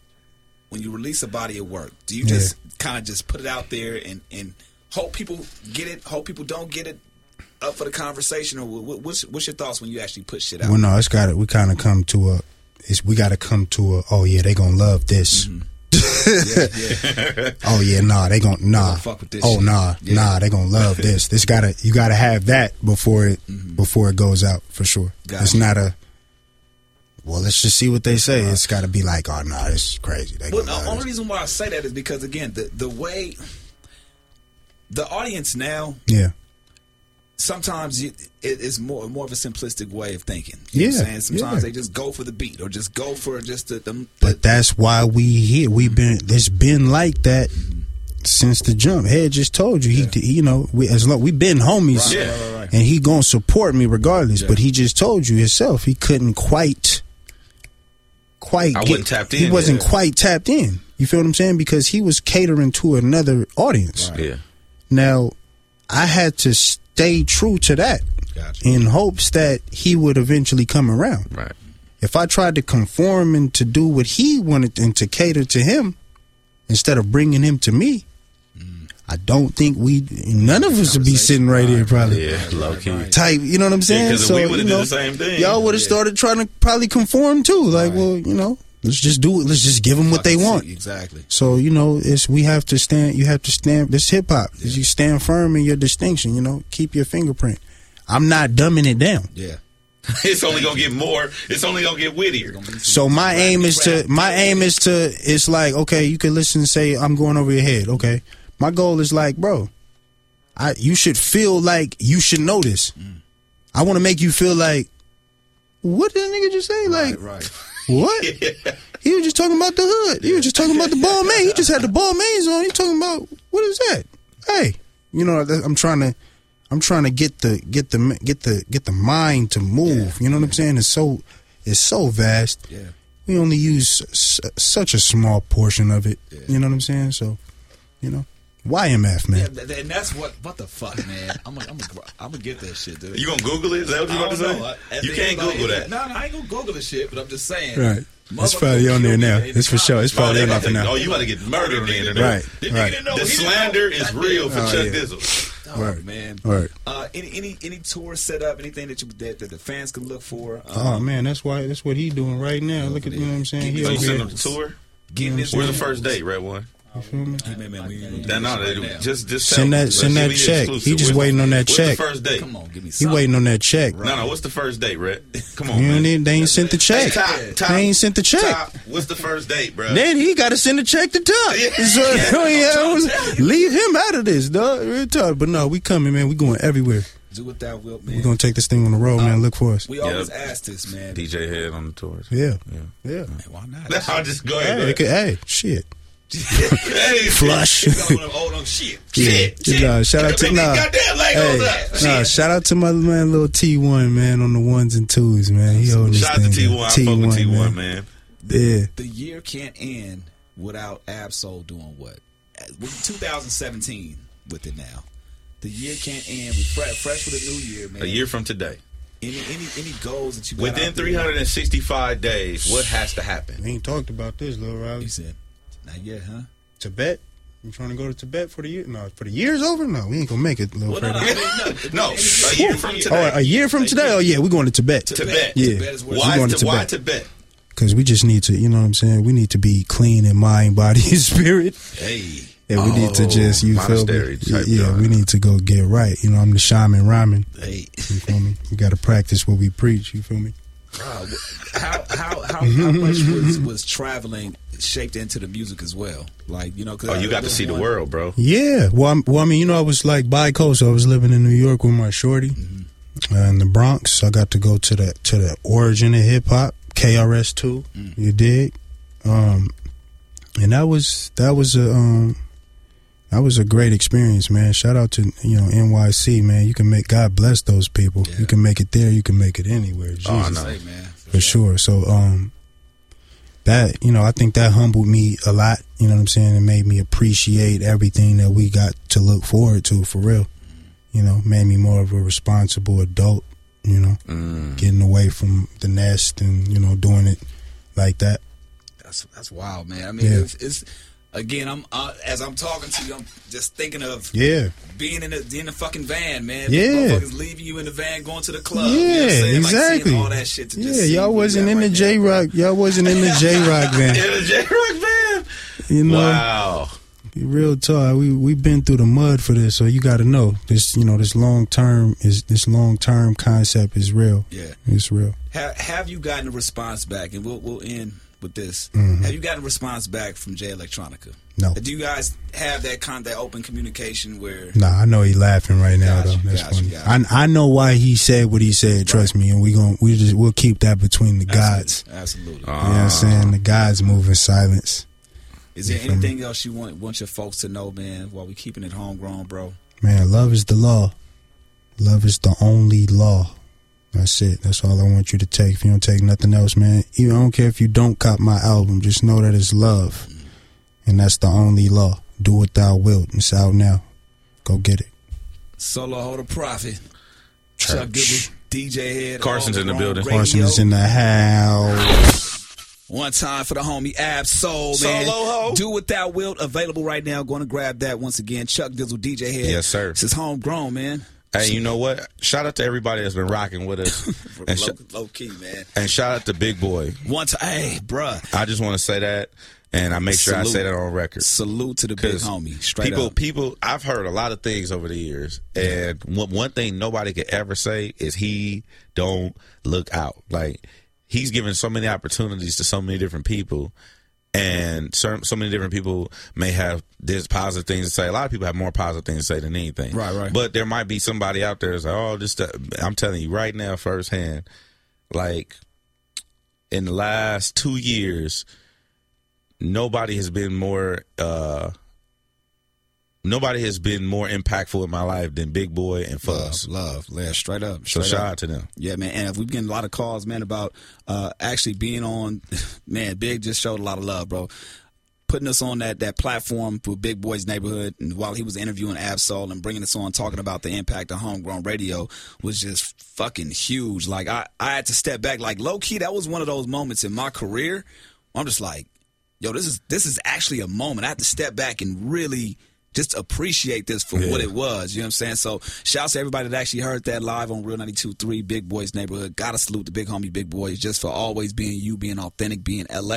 E: when you release a body of work? Do you
C: Yeah.
E: just kind of just put it out there and and hope people get it, hope people don't get it, up for the conversation, or wha- wha- what's what's your thoughts when you actually put shit out?
C: well, no, it's got to We kind of come to a. It's we got to come to a. Oh yeah, they gonna love this.
E: Mm-hmm.
C: oh yeah, nah, they gonna nah.
E: gonna fuck with this
C: oh
E: shit.
C: nah,
E: Yeah.
C: nah, they gonna love this. This gotta you gotta have that before it
E: Mm-hmm.
C: before it goes out for sure.
E: Gotcha.
C: It's not a. Well, let's just see what they say. It's got to be like, oh nah, this is crazy. They
E: Well,
C: gonna love
E: the only
C: this.
E: reason why I say that is because again, the the way the audience now
C: Yeah,
E: sometimes you, it, it's more more of a simplistic way of thinking. You know what I'm
C: Yeah,
E: saying? Sometimes
C: yeah.
E: they just go for the beat or just go for just the. the,
C: but that's why we here. We've been it's been like that since the jump. Head just told you he, he- you know, we as long we've been homies,
D: Right, right, right, right.
C: and he gonna support me regardless. But he just told you himself he couldn't quite, quite.
D: I wasn't tapped
C: He
D: in
C: wasn't
D: yet.
C: quite tapped in. You feel what I'm saying? Because he was catering to another audience.
D: Yeah.
C: Now, I had to stay true to that
E: Gotcha.
C: in hopes that he would eventually come around
D: Right.
C: if I tried to conform and to do what he wanted and to cater to him instead of bringing him to me, I don't think we none of us would be sitting right here probably.
D: Yeah. Low key.
C: Type, you know what I'm saying?
D: 'cause if we would've
C: you
D: did
C: know,
D: the same thing.
C: Y'all would have started trying to probably conform too. Like, well, you know, let's just do it. Let's just give them what they want.
E: exactly.
C: So you know, it's we have to stand. You have to stand. This hip hop. You stand firm in your distinction. You know, keep your fingerprint. I'm not dumbing it down.
E: Yeah.
D: It's only gonna get more. It's only gonna get wittier.
C: So my aim is to my aim is to it's like okay you can listen and say I'm going over your head okay my goal is like bro I you should feel like you should know this I want to make you feel like what did that nigga just say like
E: Right.
C: what he was just talking about the hood he was just talking about the ball man he just had the ball mains on he talking about what is that hey you know that- I'm trying to I'm trying to get the get the get the get the mind to move you know what I'm saying it's so it's so vast
E: Yeah.
C: we only use s- such a small portion of it. You know what I'm saying? So, you know, YMF,
E: Yeah,
C: man.
E: th- th- and that's what what the fuck, man. I'm gonna I'm gonna I'm gonna get that shit, dude.
D: You gonna Google it? Is that what you
E: I
D: about to
E: don't know.
D: say?
E: I- at
D: You
E: the
D: can't
E: end of
D: Google
E: it-
D: that.
E: No, no, I ain't gonna Google the shit, but I'm just saying.
C: Right. It's probably
E: Motherfucker
C: on there
E: killed
C: now.
E: me in the
C: It's for sure. It's
E: comments.
C: probably
D: they
C: enough
D: about to-
C: enough.
D: Oh, you about to get murdered on the internet.
C: Right,
D: The,
C: right.
E: The
D: slander is real for
C: Oh,
D: Chuck
C: yeah.
D: Dizzle.
E: Oh,
C: Right.
E: man.
C: Right.
E: Uh, any any any tour set up, anything that you that, that the fans can look for. Um,
C: Oh man, that's why that's what he doing right now. Look at you know what I'm saying. He
D: So
C: over
D: you
C: here.
D: send them to tour?
E: give me this
D: Where's the first date, Red One?
E: Man, man, we ain't gonna do
D: That,
E: this
D: no,
E: shit
D: they
E: right
D: do.
E: now.
D: just just
C: Send
D: tell
C: that-
D: me.
C: send that
D: Like, give me the
C: check.
D: exclusive.
C: He just
D: Where's the-
C: waiting on that
D: where's
C: check.
D: The first date.
E: Come on, give me
C: He
E: something.
C: waiting on that check.
D: No, no. What's the first date, Red? Come on,
C: You
D: man.
C: ain't, they ain't sent the check.
D: Top, top,
C: They ain't sent the check.
D: Top, what's the first date, bro?
C: Then he got to send a check to Tuck.
D: Yeah.
C: So, yeah, leave him out of this, dog. Real talk. But no, we coming, man. We going everywhere.
E: Do what thou wilt, man.
C: We gonna take this thing on the road, man. Look for us.
E: We always
D: Yeah.
E: ask this, man.
D: DJ Head on the tour.
C: Yeah,
D: Yeah.
C: yeah.
E: Man, Why not?
D: No, I'll just go
C: Hey,
D: ahead.
C: it could- hey, shit.
D: Hey,
C: Flush.
E: Got one of them old on shit.
D: Shit,
C: Yeah.
D: shit.
C: Nah, shout out to
D: Make these
C: nah.
D: goddamn Legos
C: Hey,
D: up.
C: nah,
D: Shit.
C: shout out to my man, little T one man on the ones and twos, man. He holding
D: Shout out to
C: this thing.
D: T1. I fuck with T1, man.
C: Yeah,
E: The year can't end without Absol doing what? Uh, we're in 2017 with it now. The year can't end. We fresh, fresh with a new year, man.
D: A year from today.
E: Any any any goals that you got
D: Within
E: out there?
D: 365 days, what has to happen?
C: we ain't talked about this, little
E: He
C: Riley.
E: said, "Not yet, huh?"
C: Tibet. You trying to go to Tibet for the year? No, for the year's over. No, we ain't gonna make it, little
E: Well, no, no, I
C: Freddie.
E: mean,
D: No, a year from
C: Oh,
D: today.
C: a year from today. Oh yeah, we going to Tibet.
D: Tibet.
C: Yeah,
E: Tibet is where-
C: we
D: Why,
C: going
D: to,
C: to
D: why
C: Tibet
D: Tibet?
C: because we just need to. You know what I'm saying? We need to be clean in mind, body, and spirit.
D: Hey.
C: And we need to just you feel me?
D: Oh, monastery type
C: yeah,
D: joint.
C: we need to go get right. You know, I'm the shaman rhyming.
E: Hey,
C: You feel me? We got to practice what we preach. You feel me?
E: bro, wh- how how how, how much was, was traveling shaped into the music as well? Like you know, 'cause
D: Oh,
E: I-
D: you got to
E: Uh, there's
D: see the
E: one-
D: world, bro.
C: Yeah. Well, I'm, well, I mean, you know, I was like by coast. I was living in New York with my shorty. in the Bronx. I got to go to the to the origin of hip hop, KRS Two. You dig? Um, and that was that was a um, that was a great experience, man. Shout out to you know NYC, man. You can make God bless those people. You can make it there. You can make it anywhere. Jesus,
D: Oh, no.
E: Hey, man.
C: for sure. So um, that you know, I think that humbled me a lot. You know what I'm saying? It made me appreciate everything that we got to look forward to for real. You know, made me more of a responsible adult. You know,
E: Mm.
C: getting away from the nest and you know doing it like that.
E: That's that's wild, man. I mean,
C: Yeah.
E: it's, it's again. I'm uh, as I'm talking to you, I'm just thinking of
C: Yeah,
E: being in the in the fucking van, man.
C: Yeah.
E: motherfuckers leaving you in the van, going to the club. you know what I'm
C: yeah,
E: saying? Like, seeing
C: exactly.
E: all that shit. To
C: yeah,
E: just see
C: y'all
E: you
C: wasn't
E: got
C: in the
E: right
C: J
E: there,
C: Rock. Y'all wasn't in the J Rock
E: bro.
C: then.
E: In the J Rock
C: You
E: van.
C: know,
E: Wow.
C: Real talk, we we've been through the mud for this, so you got to know this. You know, this long term is this long term concept is real.
E: Yeah.
C: It's real.
E: Have Have you gotten a response back? And we'll we'll end with this.
C: Mm-hmm.
E: Have you gotten a response back from J Electronica?
C: No.
E: Do you guys have that kind that open communication where?
C: Nah, I know he laughing right now
E: Gotcha,
C: though. That's
E: gotcha,
C: funny.
E: gotcha.
C: I I know why he said what he said. Trust me, and we gon' we just we'll keep that between the gods.
E: Absolutely.
D: Uh,
C: You know what I'm saying? The gods move in silence.
E: Is there anything else you want want your folks to know, man? While we keeping it homegrown, bro.
C: Man, love is the law. Love is the only law. That's it. That's all I want you to take. If you don't take nothing else, man, even I don't care if you don't cop my album, just know that it's love. And that's the only law. Do what thou wilt. It's out now. Go get it.
E: Solo holder prophet. Chuck Goodman, DJ Head.
D: Carson's in the
E: Homegrown
D: building.
E: Radio.
C: Carson is in the house.
E: One time for the homie Ab Soul, man.
D: Solo ho.
E: Do what thou wilt. Available right now. Going to grab that once again. Chuck Dizzle, DJ Head.
D: Yes, sir.
E: This is homegrown, man.
D: Hey, you know what? Shout out to everybody that's been rocking with us,
E: Low,
D: and, sh-
E: low key, man.
D: and shout out to Big Boy.
E: One time, hey, bruh.
D: I just want to say that, and I make sure I
E: Salute.
D: say that on record.
E: Salute to the big
D: 'Cause
E: homie. Straight
D: people,
E: up.
D: people. I've heard a lot of things over the years, and one, one thing nobody could ever say is he don't look out. Like he's given so many opportunities to so many different people, and so, so many different people may have this positive things to say. A lot of people have more positive things to say than anything.
E: Right, right.
D: But there might be somebody out there that's like, oh, this. Stuff. I'm telling you right now, firsthand, like in the last two years, nobody has been more uh nobody has been more impactful in my life than Big Boy and
E: Love,
D: Fuzz.
E: love, yeah, straight up.
D: So
E: Straight
D: shout
E: up.
D: out to them.
E: Yeah, man, and we've getting a lot of calls, man, about uh, actually being on. Man, Big just showed a lot of love, bro. Putting us on that that platform for Big Boy's Neighborhood, and while he was interviewing Absol and bringing us on, talking about the impact of homegrown radio was just fucking huge. Like I, I had to step back, like low key, that was one of those moments in my career. Where I'm just like, yo, this is this is actually a moment. I had to step back and really just appreciate this for what it was. You know what I'm saying? So shouts to everybody that actually heard that live on Real 92.3 Big Boys Neighborhood. Gotta salute the big homie Big Boys just for always being you, being authentic, being LA,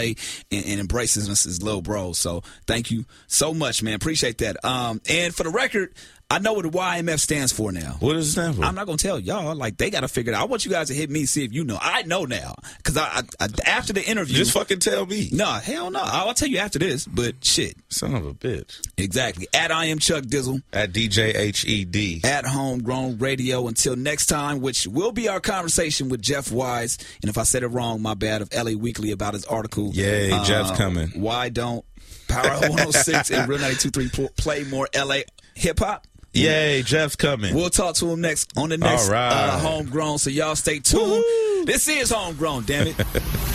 E: and, and embracing us as little bros. So thank you so much, man. Appreciate that. Um, and for the record, I know what the YMF stands for now.
D: What does it stand for?
E: I'm not gonna tell y'all. Like they gotta figure it out. I want you guys to hit me, see if you know. I know now, cause I, I, I after the interview,
D: Just fucking tell me.
E: no, hell no. I'll I'll tell you after this, but shit.
D: Son of a bitch.
E: Exactly. At I am Chuck Dizzle,
D: At DJ H E D.
E: at Homegrown Radio. Until next time, which will be our conversation with Jeff Wise. And if I said it wrong, my bad, of LA Weekly about his article. Um,
D: Yay, Jeff's coming.
E: Why don't Power 106 and Real 923 pl- play more LA hip hop?
D: Yay, Jeff's coming.
E: We'll talk to him next on the next
D: All right.
E: uh, Homegrown. So y'all stay tuned. This is Homegrown, damn it.